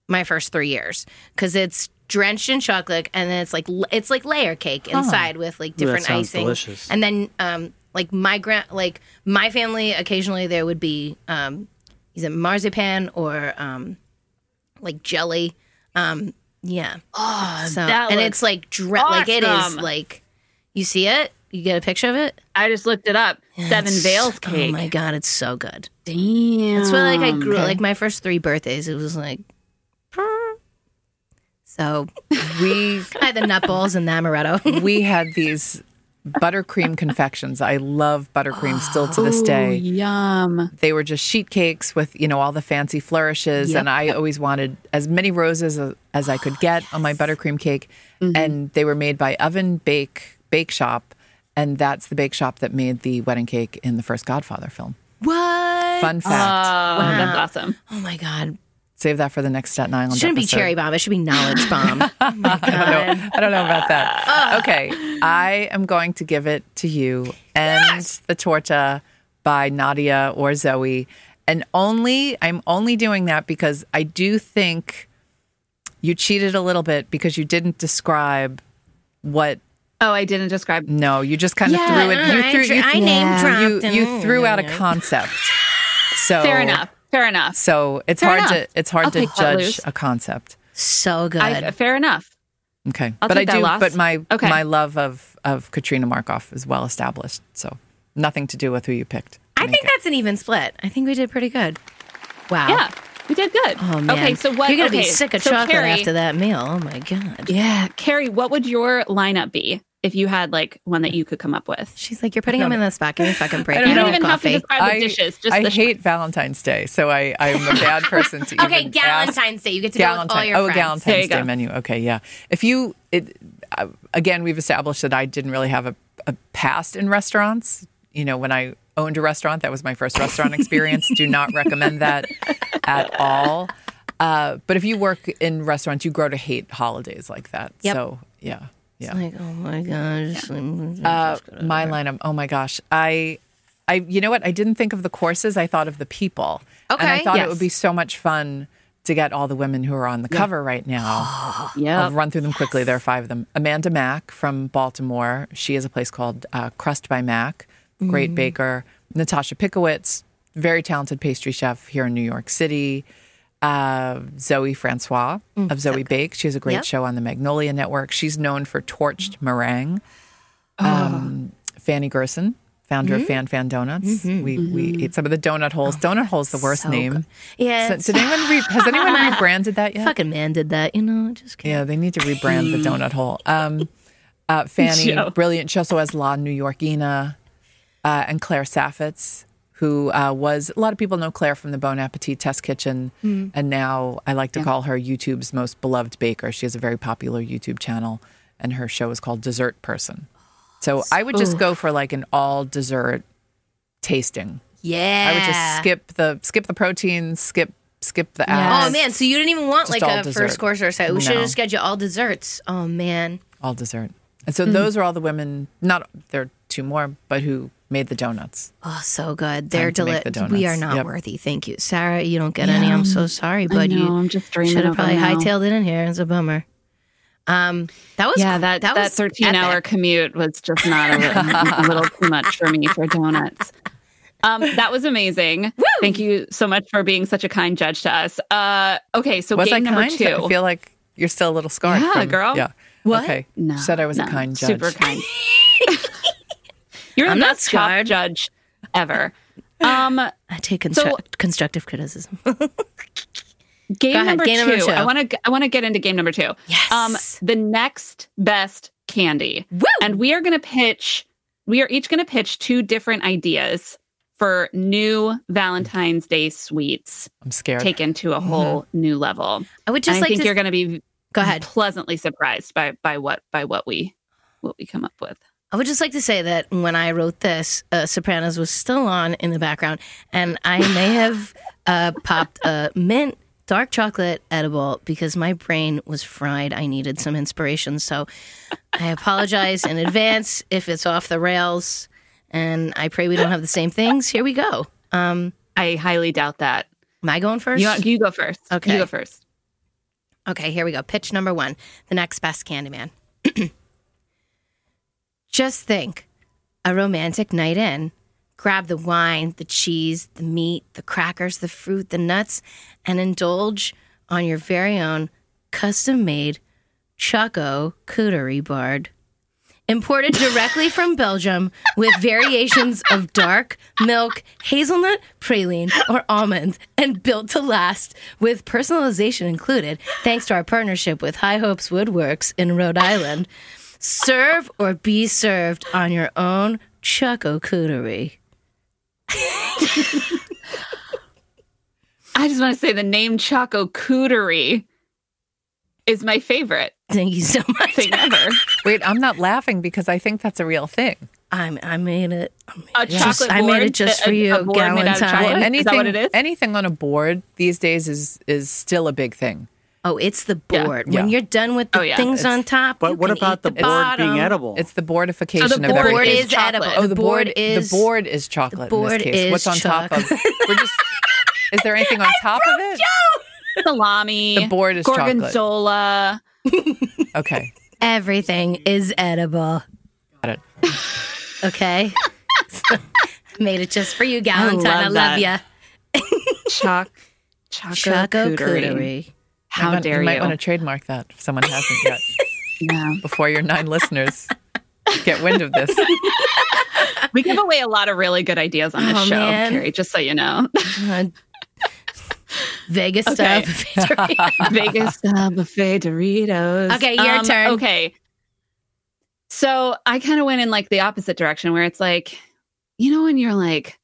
Speaker 2: my first three years because it's drenched in chocolate and then it's like l- it's like layer cake inside with like
Speaker 4: that
Speaker 2: different
Speaker 4: sounds
Speaker 2: icing.
Speaker 4: delicious.
Speaker 2: And then um like my grand like my family occasionally there would be um is it marzipan or um like jelly um yeah oh so
Speaker 3: that
Speaker 2: and
Speaker 3: looks
Speaker 2: it's like dre- like it is
Speaker 3: awesome.
Speaker 2: like you see it you get a picture of it
Speaker 3: i just looked it up seven
Speaker 2: It's-
Speaker 3: veils
Speaker 2: oh
Speaker 3: cake
Speaker 2: my god it's so good
Speaker 3: damn
Speaker 2: that's where like i grew like my first three birthdays it was like so we i had the nut balls and the amaretto
Speaker 1: We had these buttercream confections. I love buttercream still to this
Speaker 3: Ooh,
Speaker 1: day.
Speaker 3: yum
Speaker 1: They were just sheet cakes with, you know, all the fancy flourishes. And I always wanted as many roses as, as I
Speaker 2: Oh,
Speaker 1: could get on my buttercream cake.
Speaker 2: Mm-hmm.
Speaker 1: And they were made by Oven Bake Bake Shop. And that's the bake shop that made the wedding cake in the first Godfather film.
Speaker 2: what
Speaker 1: Fun fact.
Speaker 3: Oh, that's awesome.
Speaker 2: oh my god
Speaker 1: Save that for the next Staten Island.
Speaker 2: it shouldn't be
Speaker 1: episode.
Speaker 2: cherry bomb it should be knowledge bomb oh my god
Speaker 1: I don't know about that. Okay, I am going to give it to you and the torta by Nadia or Zoe, and only I'm only doing that because I do think you cheated a little bit because you didn't describe what.
Speaker 3: Oh, I didn't describe.
Speaker 1: No, you just kind of threw it. You
Speaker 2: I
Speaker 1: threw.
Speaker 2: dr-
Speaker 1: you,
Speaker 2: I name dropped
Speaker 1: you,
Speaker 2: and-
Speaker 1: you threw out a concept. So
Speaker 3: Fair enough. Fair enough.
Speaker 1: So it's
Speaker 3: Fair
Speaker 1: hard
Speaker 3: enough.
Speaker 1: to it's hard
Speaker 3: I'll
Speaker 1: to
Speaker 3: take that
Speaker 1: judge
Speaker 3: loose.
Speaker 1: a concept.
Speaker 2: so good
Speaker 3: I, fair enough.
Speaker 1: Okay,
Speaker 3: I'll
Speaker 1: but
Speaker 3: take
Speaker 1: I
Speaker 3: that
Speaker 1: do.
Speaker 3: loss.
Speaker 1: But my
Speaker 3: Okay.
Speaker 1: my love of of Katrina Markoff is well established, so nothing to do with who you picked.
Speaker 2: I think that's an even split. I think we did pretty good. Wow.
Speaker 3: Yeah, we did good.
Speaker 2: Oh man.
Speaker 3: Okay, so what?
Speaker 2: You're gonna
Speaker 3: okay,
Speaker 2: be sick of
Speaker 3: so
Speaker 2: chocolate
Speaker 3: Carrie,
Speaker 2: after that meal. Oh my god.
Speaker 3: Yeah, Carrie, what would your lineup be if you had like one that you could come up with?
Speaker 2: She's like, you're putting him in the spot. Give me a fucking break.
Speaker 1: I
Speaker 2: I
Speaker 1: don't
Speaker 2: don't
Speaker 3: You don't
Speaker 1: know.
Speaker 3: even
Speaker 2: coffee.
Speaker 3: have to describe the dishes. Just
Speaker 1: I
Speaker 3: the
Speaker 1: hate Valentine's Day, so I I'm a bad person to
Speaker 2: okay,
Speaker 1: even ask.
Speaker 2: Valentine's Day. You get to go with all
Speaker 1: Galentine.
Speaker 2: your
Speaker 1: Oh,
Speaker 2: friends.
Speaker 3: There you
Speaker 1: Galentine's Day
Speaker 3: go.
Speaker 1: menu. Okay, yeah. If you, it, uh, again, we've established that I didn't really have a, a past in restaurants. You know, when I owned a restaurant, that was my first restaurant experience. Do not recommend that at all. Uh, but if you work in restaurants, you grow to hate holidays like that.
Speaker 2: Yep.
Speaker 1: So, yeah. Yeah.
Speaker 2: Like, oh my gosh.
Speaker 1: Uh, my lineup. Oh my gosh. I, I, you know what? I didn't think of the courses. I thought of the people. And I
Speaker 2: Okay.
Speaker 1: thought it
Speaker 3: Yes.
Speaker 1: would be so much fun to get all the women who are on the cover right
Speaker 2: Oh,
Speaker 1: now. I'll
Speaker 3: Yeah.
Speaker 1: run through them quickly. There are five of them. Amanda Mack from Baltimore. She has a place called uh, Crust by Mack.
Speaker 2: Mm.
Speaker 1: Great baker. Natasha Pickowitz, very talented pastry chef here in New York City. Uh, Zoe Francois of Zoe Bake. She has a great
Speaker 2: Mm, Yep.
Speaker 1: show on the Magnolia Network. She's known for torched meringue.
Speaker 2: Ah.
Speaker 1: Um, Fanny Gerson, founder
Speaker 2: Mm.
Speaker 1: of Fan Fan Donuts. We we ate some of the donut holes. donut holes the worst
Speaker 2: Mm-hmm, Oh, so
Speaker 1: name.
Speaker 2: good. Yeah.
Speaker 1: So,
Speaker 2: it's-
Speaker 1: did anyone re- has anyone rebranded that yet?
Speaker 2: fucking man did that, you know? Just kidding.
Speaker 1: Yeah, they need to rebrand the donut hole. Um, uh, Fanny,
Speaker 3: Joe.
Speaker 1: brilliant. She also has La New Yorkina uh, and Claire Saffitz, who uh, was a lot of people know Claire from the Bon Appetit Test Kitchen,
Speaker 2: Hmm.
Speaker 1: and now I like to call her YouTube's most beloved baker. She has a very popular YouTube channel, and her show is called Dessert Person. So I would just go for like an all dessert tasting.
Speaker 2: Yeah. Oh,
Speaker 1: I would just skip the skip the proteins, skip skip the
Speaker 3: Yeah.
Speaker 2: Oh
Speaker 1: abs,
Speaker 2: man, so you didn't even want
Speaker 1: Just
Speaker 2: like
Speaker 1: all
Speaker 2: a
Speaker 1: dessert.
Speaker 2: first course or so. We should
Speaker 1: No.
Speaker 2: have just got you all desserts. Oh man.
Speaker 1: all dessert. And
Speaker 3: Hmm.
Speaker 1: so those are all the women. Not there are two more, but who made the donuts?
Speaker 2: Oh, so good. They're
Speaker 1: to make
Speaker 2: deli-
Speaker 1: the
Speaker 2: We are
Speaker 1: donuts.
Speaker 2: not
Speaker 1: Yep.
Speaker 2: worthy. Thank you, Sarah. You don't get any. I'm so sorry,
Speaker 3: I
Speaker 2: but
Speaker 3: know,
Speaker 2: you
Speaker 3: I'm just dreaming
Speaker 2: should have
Speaker 3: of them
Speaker 2: probably
Speaker 3: now.
Speaker 2: hightailed it in here. It's a bummer. Um, that was
Speaker 3: yeah, that that,
Speaker 2: was
Speaker 3: 13 hour
Speaker 2: epic.
Speaker 3: commute was just not a, li- a little too much for me for donuts. Um, that was amazing. Thank you so much for being such a kind judge to us. Uh, okay, so
Speaker 1: Was
Speaker 3: game
Speaker 1: I
Speaker 3: number
Speaker 1: kind?
Speaker 3: two.
Speaker 1: I feel like you're still a little scarred.
Speaker 3: Yeah,
Speaker 1: from-
Speaker 3: girl.
Speaker 1: Yeah.
Speaker 2: What?
Speaker 1: Okay.
Speaker 3: No,
Speaker 1: She said I was
Speaker 3: no,
Speaker 1: a kind judge.
Speaker 3: Super kind. You're the
Speaker 2: I'm not
Speaker 3: best top
Speaker 2: scarred.
Speaker 3: judge ever. Um,
Speaker 2: I take
Speaker 3: So-
Speaker 2: construct- constructive criticism.
Speaker 3: game,
Speaker 2: Go ahead,
Speaker 3: number,
Speaker 2: game
Speaker 3: two,
Speaker 2: number two.
Speaker 3: I want to. I want to get into game number two.
Speaker 2: Yes.
Speaker 3: Um, the next best candy,
Speaker 2: Woo!
Speaker 3: and we are going to pitch. We are each going to pitch two different ideas for new Valentine's Day sweets
Speaker 1: I'm scared.
Speaker 3: taken to a whole new level.
Speaker 2: I would Mm-hmm. just
Speaker 3: I
Speaker 2: like
Speaker 3: think
Speaker 2: to
Speaker 3: you're going to be
Speaker 2: go ahead.
Speaker 3: pleasantly surprised by by what by what we what we come up with.
Speaker 2: I would just like to say that when I wrote this, uh, Sopranos was still on in the background, and I may have uh, popped a mint dark chocolate edible because my brain was fried. I needed some inspiration, so I apologize in advance if it's off the rails, and I pray we don't have the same things. Here we go. Um,
Speaker 3: I highly doubt that.
Speaker 2: am I going first?
Speaker 3: You, you go first.
Speaker 2: Okay.
Speaker 3: You go first.
Speaker 2: Okay, here we go. Pitch number one the next best Candyman. Just think a romantic night in. Grab the wine, the cheese, the meat, the crackers, the fruit, the nuts, and indulge on your very own custom made Choco Cootery Bard. Imported directly from Belgium with variations of dark, milk, hazelnut, praline, or almond, and built to last with personalization included, thanks to our partnership with High Hopes Woodworks in Rhode Island. Serve or be served on your own choco cootery.
Speaker 3: I just want to say the name Choco Cootery is my favorite
Speaker 2: Thank you so much.
Speaker 3: thing ever.
Speaker 1: Wait, I'm not laughing because I think that's a real thing.
Speaker 2: I'm, I made it. I made
Speaker 3: A
Speaker 2: it
Speaker 3: chocolate
Speaker 2: just, I made
Speaker 3: board?
Speaker 2: it just
Speaker 3: A-
Speaker 2: for
Speaker 3: a
Speaker 2: you,
Speaker 3: board made out of
Speaker 2: Galentine.
Speaker 3: chocolate? Is that what it is?
Speaker 1: anything on a board these days is is still a big thing.
Speaker 2: Oh, it's the
Speaker 3: Yeah.
Speaker 2: board. When
Speaker 1: Yeah.
Speaker 2: you're done with the
Speaker 3: Oh, yeah.
Speaker 2: things on top, you
Speaker 4: But what
Speaker 2: can
Speaker 4: about
Speaker 2: eat
Speaker 4: the,
Speaker 2: the,
Speaker 4: board
Speaker 2: bottom.
Speaker 4: being edible?
Speaker 1: It's the boardification
Speaker 3: Oh, the
Speaker 1: of
Speaker 3: board
Speaker 2: board
Speaker 1: everything.
Speaker 3: is
Speaker 2: is,
Speaker 3: chocolate.
Speaker 2: edible.
Speaker 1: oh, the board
Speaker 2: is
Speaker 1: the board is chocolate.
Speaker 2: the board
Speaker 1: in this case.
Speaker 2: is
Speaker 1: What's on top of? We're just. Is there anything on top of it?
Speaker 3: Salami.
Speaker 1: The board is chocolate.
Speaker 3: Gorgonzola.
Speaker 1: Okay,
Speaker 2: everything is edible.
Speaker 1: got it.
Speaker 2: Okay, made it just for you, Galentine.
Speaker 3: love
Speaker 2: I love,
Speaker 3: that.
Speaker 2: ya.
Speaker 3: Choc- Choco,
Speaker 2: Choco
Speaker 3: Cootery.
Speaker 2: cootery.
Speaker 1: You
Speaker 3: How
Speaker 1: might-
Speaker 3: dare
Speaker 1: you?
Speaker 3: you?
Speaker 1: might want to trademark that if someone hasn't yet.
Speaker 3: Yeah.
Speaker 1: Before your nine listeners get wind of this,
Speaker 3: We give away a lot of really good ideas on this
Speaker 2: Oh,
Speaker 3: show,
Speaker 2: man.
Speaker 3: Carrie, just so you know.
Speaker 2: Uh, Vegas
Speaker 3: Okay.
Speaker 2: stuff.
Speaker 3: Vegas style buffet Doritos.
Speaker 2: Okay, your turn.
Speaker 3: Okay. So I kind of went in like the opposite direction where it's like, you know, when you're like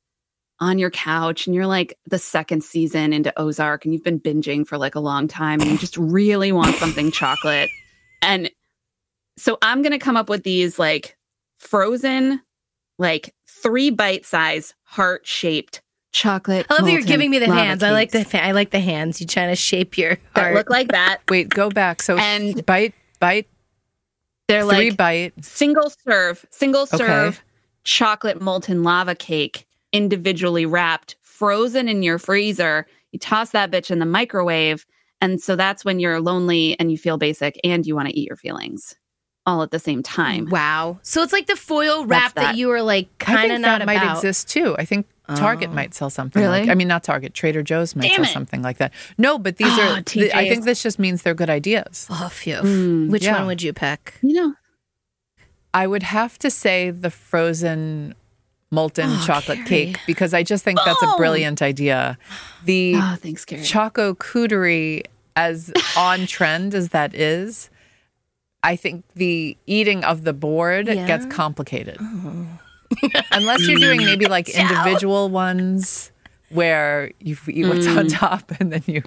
Speaker 3: on your couch and you're like the second season into Ozark and you've been binging for like a long time and you just really want something chocolate. And so I'm going to come up with these like frozen, like three bite size heart shaped chocolate.
Speaker 2: I love that you're
Speaker 3: molten
Speaker 2: giving me the
Speaker 3: lava
Speaker 2: hands. I like the
Speaker 3: cakes
Speaker 2: fa- I like the hands. You trying to shape your
Speaker 3: that
Speaker 2: heart.
Speaker 3: look like that.
Speaker 1: wait, go back. So
Speaker 3: And
Speaker 1: bite, bite,
Speaker 3: They're
Speaker 1: three
Speaker 3: like
Speaker 1: bite.
Speaker 3: single serve, single
Speaker 1: Okay.
Speaker 3: serve chocolate molten lava cake, individually wrapped, frozen in your freezer. You toss that bitch in the microwave. And so that's when you're lonely and you feel basic and you want to eat your feelings all at the same time.
Speaker 2: wow. So it's like the foil wrap that.
Speaker 3: that.
Speaker 2: you were like
Speaker 1: I
Speaker 2: kind of
Speaker 1: think
Speaker 2: not
Speaker 1: that
Speaker 2: about.
Speaker 1: might exist too. I think Target
Speaker 2: Oh.
Speaker 1: might sell something.
Speaker 3: Really?
Speaker 1: Like, I mean, not Target. Trader Joe's might
Speaker 3: Damn
Speaker 1: sell
Speaker 3: it.
Speaker 1: something like that. No, but these
Speaker 3: Ah,
Speaker 1: are. th- I
Speaker 3: TJ's.
Speaker 1: think this just means they're good ideas.
Speaker 2: Oh, phew.
Speaker 3: Mm,
Speaker 2: Which
Speaker 1: Hmm, yeah.
Speaker 2: one would you pick?
Speaker 3: You know,
Speaker 1: I would have to say the frozen molten
Speaker 2: Oh,
Speaker 1: chocolate
Speaker 2: Carrie.
Speaker 1: cake because I just think that's a
Speaker 3: Boom.
Speaker 1: brilliant idea. The
Speaker 3: oh, thanks, Carrie.
Speaker 1: choco cootery, as on trend as that is, I think the eating of the board
Speaker 2: Yeah.
Speaker 1: gets complicated.
Speaker 3: Oh.
Speaker 1: Unless you're doing maybe like individual ones where you eat what's
Speaker 3: Mm.
Speaker 1: on top and then you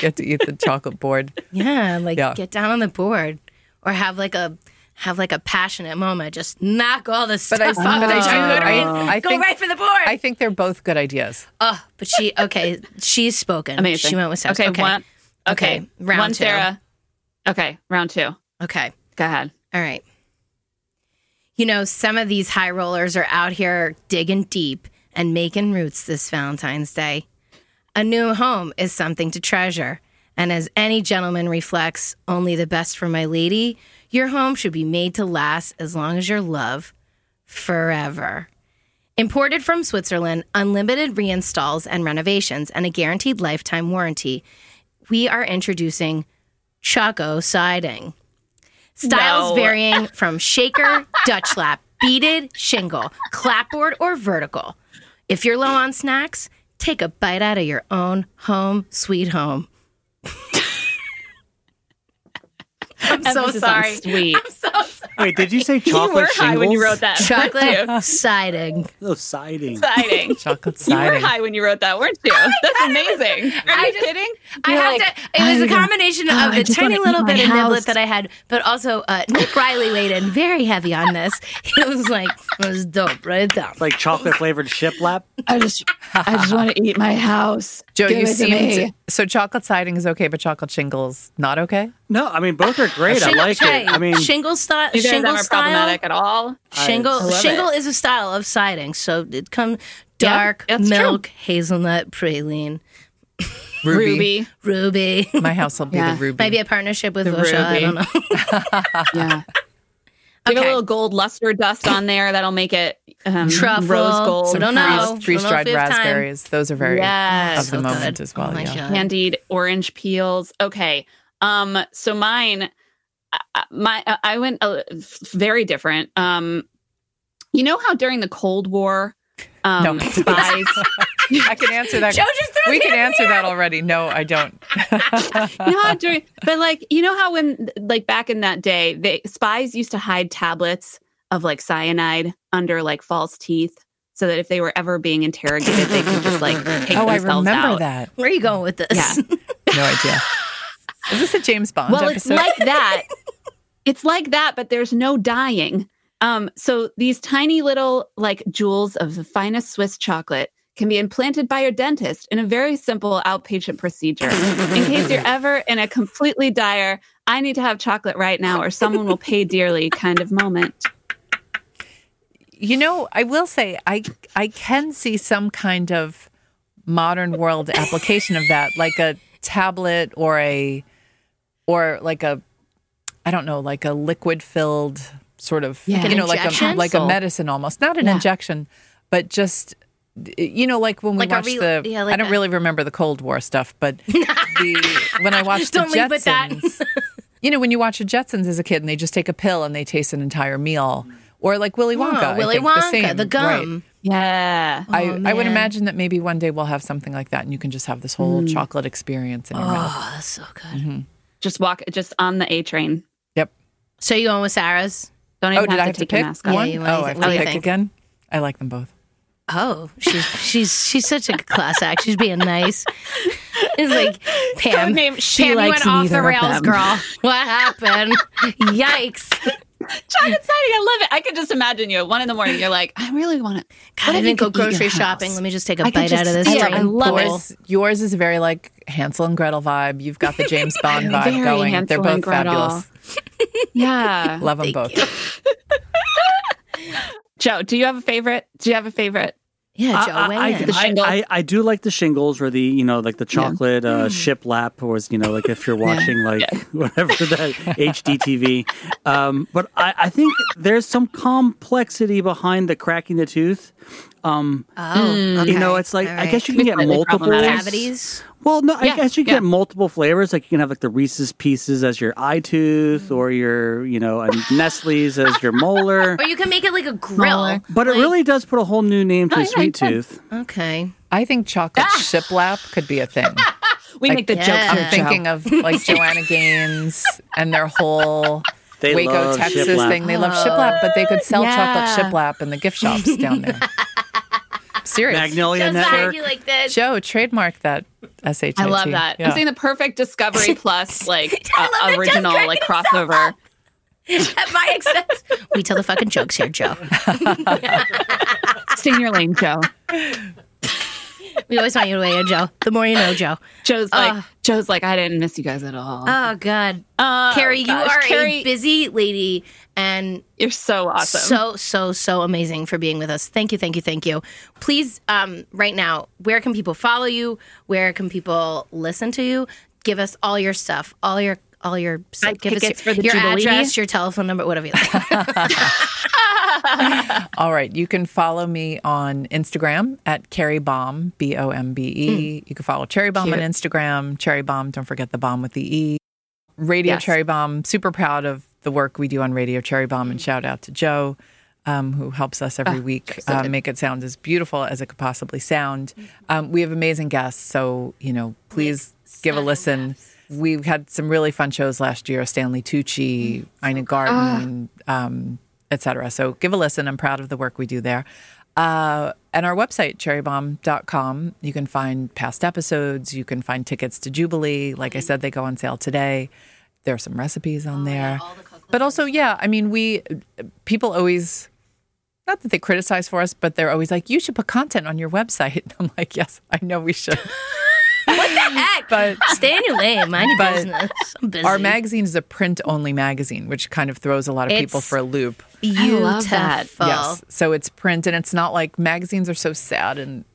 Speaker 1: get to eat the chocolate board.
Speaker 2: Yeah, like
Speaker 1: Yeah.
Speaker 2: get down on the board or have like a have like a passionate moment. Just knock all the stuff
Speaker 1: But I,
Speaker 2: off
Speaker 3: Oh.
Speaker 1: but
Speaker 2: the
Speaker 1: I do.
Speaker 2: charcuterie.
Speaker 1: I, I
Speaker 2: Go
Speaker 1: think,
Speaker 2: right for the board.
Speaker 1: I think they're both good ideas.
Speaker 2: oh, but she okay. She's spoken.
Speaker 3: Amazing.
Speaker 2: She went with Sarah.
Speaker 3: Okay, one. Okay,
Speaker 2: Okay, round
Speaker 3: one,
Speaker 2: two.
Speaker 3: Sarah. Okay, round two.
Speaker 2: Okay.
Speaker 3: Go ahead.
Speaker 2: All right. you know, some of these high rollers are out here digging deep and making roots this Valentine's Day. A new home is something to treasure. And as any gentleman reflects, only the best for my lady, your home should be made to last as long as your love forever. Imported from Switzerland, unlimited reinstalls and renovations, and a guaranteed lifetime warranty. We are introducing Choco Siding. Styles
Speaker 3: No.
Speaker 2: varying from shaker, Dutch lap, beaded, shingle, clapboard, or vertical. If you're low on snacks, take a bite out of your own home, sweet home. I'm so
Speaker 3: Emphasis on
Speaker 2: sorry.
Speaker 3: Sweet.
Speaker 4: Wait, did you say chocolate
Speaker 3: you were
Speaker 4: shingles?
Speaker 3: high when you wrote that.
Speaker 2: Chocolate siding.
Speaker 4: Oh, siding.
Speaker 3: Exciting.
Speaker 1: Chocolate
Speaker 3: You were
Speaker 1: siding.
Speaker 3: high when you wrote that, weren't you? That's amazing. Are
Speaker 2: I
Speaker 3: you
Speaker 2: just-
Speaker 3: kidding?
Speaker 2: I
Speaker 3: You're
Speaker 2: have
Speaker 3: like,
Speaker 2: to. It was a
Speaker 3: "Oh,
Speaker 2: combination
Speaker 3: oh,
Speaker 2: of
Speaker 3: I
Speaker 2: the
Speaker 3: just
Speaker 2: tiny
Speaker 3: wanna
Speaker 2: little
Speaker 3: eat my
Speaker 2: bit of
Speaker 3: house.
Speaker 2: niblet that I had, but also uh, Nick Riley weighed in very heavy on this. It was like it was dope. Write it down.
Speaker 4: Like chocolate flavored shiplap.
Speaker 3: I just, I just want to eat my house.
Speaker 1: Joe,
Speaker 3: Give
Speaker 1: you
Speaker 3: it to
Speaker 1: seemed
Speaker 3: me.
Speaker 1: so chocolate siding is okay, but chocolate shingles not okay.
Speaker 4: No, I mean both are great. I
Speaker 2: Shingle-
Speaker 4: like
Speaker 2: hey,
Speaker 4: it. I mean,
Speaker 2: shingle, sti-
Speaker 3: Neither of them
Speaker 2: shingle
Speaker 3: are
Speaker 2: style. Uh,
Speaker 3: problematic at all.
Speaker 2: Shingle,
Speaker 3: love
Speaker 2: shingle
Speaker 3: it.
Speaker 2: is a style of siding, so it comes
Speaker 3: Yeah,
Speaker 2: dark
Speaker 3: that's true.
Speaker 2: milk, hazelnut, praline,
Speaker 1: Ruby.
Speaker 3: Ruby.
Speaker 2: ruby.
Speaker 1: My house will be
Speaker 3: Yeah.
Speaker 1: the ruby.
Speaker 2: Maybe a partnership with Vosha. I
Speaker 1: ruby.
Speaker 2: don't know.
Speaker 3: Yeah. Give it
Speaker 2: Okay.
Speaker 3: a little gold luster dust on there. That'll make it um,
Speaker 2: Truffle.
Speaker 3: rose gold.
Speaker 2: Some don't
Speaker 1: freeze,
Speaker 2: know.
Speaker 1: freeze
Speaker 2: Don't know
Speaker 1: dried
Speaker 2: if we have time.
Speaker 1: raspberries. Those are very
Speaker 3: Yes.
Speaker 1: of the
Speaker 2: So good.
Speaker 1: moment as well.
Speaker 2: Oh my
Speaker 1: yeah.
Speaker 2: God.
Speaker 3: candied orange peels. Okay. Um. So mine, I- I- my I- I went uh, f- very different. Um. You know how during the Cold War, um,
Speaker 1: No.
Speaker 3: spies.
Speaker 1: I can answer that.
Speaker 2: Joe just threw
Speaker 1: we
Speaker 2: his
Speaker 1: can
Speaker 2: hand
Speaker 1: answer that already. No, I don't. Oh,
Speaker 3: you know how during, but like you know how when like back in that day, they spies used to hide tablets of like cyanide under like false teeth, so that if they were ever being interrogated, they could just like take
Speaker 1: Oh, I
Speaker 3: themselves
Speaker 1: remember
Speaker 3: out.
Speaker 1: that.
Speaker 2: Where are you going with this?
Speaker 3: Yeah.
Speaker 1: No idea. Is this a James Bond
Speaker 3: well
Speaker 1: episode?
Speaker 3: it's like that it's like that but there's no dying um so these tiny little like jewels of the finest swiss chocolate can be implanted by your dentist in a very simple outpatient procedure in case you're ever in a completely dire i need to have chocolate right now or someone will pay dearly kind of moment
Speaker 1: you know, I will say I I can see some kind of modern world application of that, like a tablet or a or like a I don't know, like a liquid filled sort of
Speaker 3: Yeah. Like an
Speaker 1: you know, like a
Speaker 2: injection?
Speaker 1: like a medicine almost. Not an
Speaker 3: Yeah.
Speaker 1: injection, but just you know, like when we
Speaker 2: Like a
Speaker 1: watched
Speaker 2: re-
Speaker 1: the
Speaker 2: yeah, like
Speaker 1: I don't
Speaker 2: a-
Speaker 1: really remember the Cold War stuff, but the when I watched
Speaker 2: Don't
Speaker 1: the
Speaker 2: leave
Speaker 1: Jetsons,
Speaker 2: with that.
Speaker 1: you know, when you watch the Jetsons as a kid and they just take a pill and they taste an entire meal, or like Willy Wonka, I
Speaker 2: Oh, Willy
Speaker 1: think,
Speaker 2: Wonka, the,
Speaker 1: same,
Speaker 2: gum.
Speaker 1: right.
Speaker 3: yeah
Speaker 1: I, I would
Speaker 2: man.
Speaker 1: imagine that maybe one day we'll have something like that, and you can just have this whole chocolate experience in your mouth.
Speaker 2: Oh, that's so good.
Speaker 1: Mm-hmm.
Speaker 3: just walk just on the a train
Speaker 1: Yep.
Speaker 2: So you going with Sarah's?
Speaker 3: don't
Speaker 1: Oh,
Speaker 3: even
Speaker 1: did I
Speaker 3: have
Speaker 1: have
Speaker 3: to
Speaker 1: to
Speaker 3: take your
Speaker 1: pick
Speaker 3: mask off
Speaker 1: one?
Speaker 2: Yeah, what do
Speaker 1: oh,
Speaker 2: you
Speaker 1: I have
Speaker 2: think? What
Speaker 1: to
Speaker 2: do you
Speaker 1: pick
Speaker 2: think?
Speaker 1: again. I like them both.
Speaker 2: Oh, she's she's she's such a class act. She's being nice. It's like Pam.
Speaker 3: name- she
Speaker 2: Pam, you
Speaker 3: likes
Speaker 2: went off the
Speaker 3: neither of
Speaker 2: rails,
Speaker 3: them.
Speaker 2: girl. What happened? Yikes!
Speaker 3: chocolate siding i love it i could just imagine you at one in the morning you're like i really want it
Speaker 2: God, I
Speaker 3: if
Speaker 2: didn't go
Speaker 3: you could eat your
Speaker 2: grocery
Speaker 3: house?
Speaker 2: shopping. Let me just take a
Speaker 3: I could
Speaker 2: bite out of
Speaker 3: just
Speaker 2: this.
Speaker 3: sit
Speaker 2: drink.
Speaker 3: and love it.
Speaker 1: yours, yours is very like Hansel and Gretel vibe. You've got the James Bond vibe
Speaker 3: Very
Speaker 1: going. They're
Speaker 3: Hansel
Speaker 1: both
Speaker 3: and Gretel.
Speaker 1: fabulous.
Speaker 3: yeah
Speaker 1: Love them both.
Speaker 3: Joe, do you have a favorite? Do you have a favorite?
Speaker 2: Yeah,
Speaker 4: I,
Speaker 2: Joe,
Speaker 4: I,
Speaker 2: weigh
Speaker 4: I-
Speaker 2: in.
Speaker 3: The shingle.
Speaker 4: I, I do like the shingles or the you know like the chocolate uh, shiplap or you know like if you're watching like whatever that HDTV. Um, but I, I think there's some complexity behind the cracking the tooth. Um,
Speaker 2: oh,
Speaker 3: Mm.
Speaker 2: okay.
Speaker 4: You know, it's like
Speaker 2: All
Speaker 4: I
Speaker 2: right.
Speaker 4: guess you can get
Speaker 3: Completely
Speaker 4: multiple
Speaker 3: problematic.
Speaker 2: cavities.
Speaker 4: Well, no,
Speaker 3: Yeah,
Speaker 4: I guess you can
Speaker 3: yeah.
Speaker 4: get multiple flavors. Like you can have like the Reese's Pieces as your eye tooth, or your you know and Nestle's as your molar.
Speaker 2: Or you can make it like a grill.
Speaker 4: But it really does put a whole new name to
Speaker 3: Oh, yeah,
Speaker 4: sweet
Speaker 3: it does.
Speaker 4: tooth.
Speaker 2: Okay.
Speaker 1: I think chocolate shiplap could be a thing.
Speaker 3: We make the
Speaker 2: yeah.
Speaker 3: jokes.
Speaker 2: Yeah.
Speaker 1: I'm thinking of like Joanna Gaines and their whole
Speaker 4: They
Speaker 1: Waco,
Speaker 4: love
Speaker 1: Texas
Speaker 4: shiplap. Oh,
Speaker 1: thing. They love shiplap, but they could sell
Speaker 3: yeah.
Speaker 1: chocolate shiplap in the gift shops down there. Serious.
Speaker 4: Magnolia
Speaker 2: Joe's behind
Speaker 4: Network.
Speaker 2: you like this.
Speaker 1: Joe, trademark that SHIT.
Speaker 3: I love that.
Speaker 1: Yeah.
Speaker 3: I'm saying the perfect Discovery Plus, like
Speaker 2: I love
Speaker 3: uh,
Speaker 2: that
Speaker 3: original,
Speaker 2: Joe's
Speaker 3: like
Speaker 2: cracking himself
Speaker 3: crossover.
Speaker 2: At my expense. We tell the fucking jokes here, Joe.
Speaker 3: Stay in your lane, Joe.
Speaker 2: We always want you to weigh in, Joe. The more you know, Joe.
Speaker 3: Joe's like, Joe's like, I didn't miss you guys at all.
Speaker 2: Oh God,
Speaker 3: Oh,
Speaker 2: Carrie,
Speaker 3: gosh,
Speaker 2: you are a
Speaker 3: Carrie,
Speaker 2: busy lady and
Speaker 3: you're so awesome.
Speaker 2: so so so amazing for being with us. Thank you, thank you, thank you. Please, um, right now, where can people follow you? Where can people listen to you? Give us all your stuff, all your all your give
Speaker 3: Buy
Speaker 2: us your,
Speaker 3: tickets for the
Speaker 2: your
Speaker 3: Jubilee.
Speaker 2: address, your telephone number, whatever you like.
Speaker 1: All right. You can follow me on Instagram at Carrie Bomb, B O M B E. You can follow Cherry Bomb on
Speaker 2: Cute.
Speaker 1: Instagram, Cherry Bomb. Don't forget the bomb with the E. Radio
Speaker 3: Yes.
Speaker 1: Cherry Bomb. Super proud of the work we do on Radio Cherry Bomb. And shout out to Joe, um, who helps us every week uh, make it sound as beautiful as it could possibly sound. Um, we have amazing guests. So, you know, please give a listen. We've had some really fun shows last year Stanley Tucci, Ina Garten, um, et cetera. So give a listen. I'm proud of the work we do there. Uh, and our website, cherrybomb.com, you can find past episodes. You can find tickets to Jubilee. Like I said, they go on sale today. There are some recipes on there. but also, yeah, I mean, we people always, not that they criticize for us, but they're always like, you should put content on your website. I'm like, yes, I know we should.
Speaker 2: Heck,
Speaker 1: But
Speaker 2: stay in your lane, mind your
Speaker 1: But
Speaker 2: business. I'm busy.
Speaker 1: Our magazine is a print only magazine, which kind of throws a lot of people
Speaker 2: It's-
Speaker 1: for a loop.
Speaker 2: beautiful.
Speaker 3: love that.
Speaker 1: Yes. So it's print and it's not like magazines are so sad and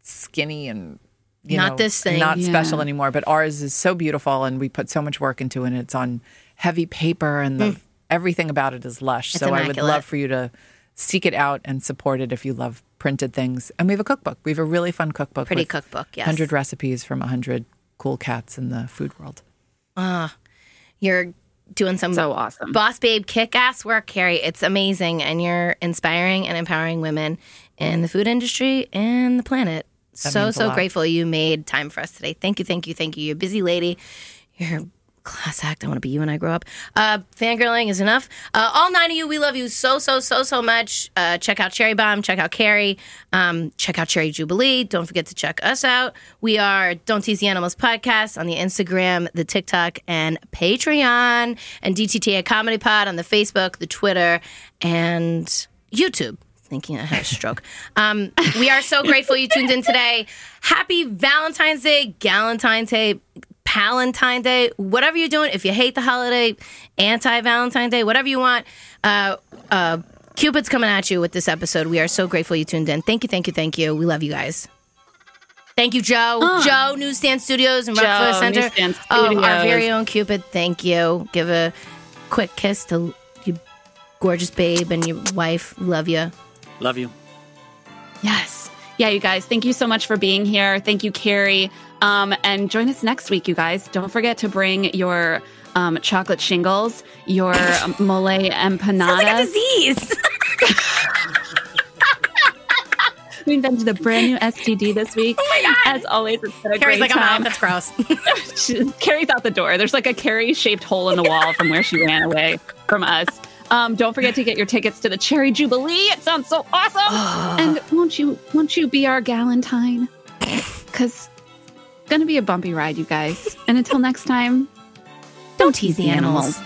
Speaker 1: skinny and you
Speaker 2: Not
Speaker 1: know,
Speaker 2: this thing.
Speaker 1: Not
Speaker 3: Yeah.
Speaker 1: special anymore. But ours is so beautiful and we put so much work into it and it's on heavy paper and the, everything about it is lush. so I would
Speaker 2: Hmm. immaculate.
Speaker 1: love for you to seek it out and support it if you love printed things. And we have a cookbook. We have a really fun cookbook.
Speaker 2: Pretty
Speaker 1: with
Speaker 2: cookbook, yes.
Speaker 1: 100 recipes from 100 cool cats in the food world.
Speaker 2: You're doing some
Speaker 3: So awesome.
Speaker 2: boss babe kick ass work, Carrie. It's amazing, and you're inspiring and empowering women in the food industry and the planet. so
Speaker 1: means a
Speaker 2: so
Speaker 1: lot.
Speaker 2: grateful you made time for us today. Thank you, thank you, thank you. You're a busy lady. You're a class act. I want to be you when I grow up. Uh, fangirling is enough. Uh, all nine of you, we love you so so so so much. Uh, check out Cherry Bomb. Check out Carrie. Um, check out Cherry Jubilee. Don't forget to check us out. We are Don't Tease the Animals podcast on the Instagram, the TikTok, and Patreon, and DTTA Comedy Pod on the Facebook, the Twitter, and YouTube. Thinking I had a stroke. Um, we are so grateful you tuned in today. Happy Valentine's Day, Galentine's Day, Palentine Day, whatever you're doing. If you hate the holiday, anti Valentine Day, whatever you want. Uh, uh, Cupid's coming at you with this episode. We are so grateful you tuned in. Thank you, thank you, thank you. We love you guys. Thank you, Joe. Joe, Newsstand Studios and Rockefeller
Speaker 3: Joe,
Speaker 2: Center.
Speaker 3: Newsstand
Speaker 2: Oh, our
Speaker 3: Studios.
Speaker 2: very own Cupid. Thank you. Give a quick kiss to your gorgeous babe and your wife. Love you.
Speaker 4: Love you.
Speaker 3: Yes. Yeah, you guys, thank you so much for being here. Thank you, Carrie. Um, and join us next week, you guys. Don't forget to bring your um, chocolate shingles, your um, mole empanadas.
Speaker 2: disease.
Speaker 3: we invented a brand new STD this week. oh my God. As always, it's been a
Speaker 2: Carrie's
Speaker 3: great
Speaker 2: like, I'm out.
Speaker 3: time.
Speaker 2: That's gross.
Speaker 3: She- Carrie's out the door. There's like a Carrie shaped hole in the wall from where she ran away from us. Um, don't forget to get your tickets to the Cherry Jubilee. It sounds so awesome. and won't you won't you be our Galentine? Because it's gonna be a bumpy ride, you guys. And until next time,
Speaker 2: Don't tease the animals.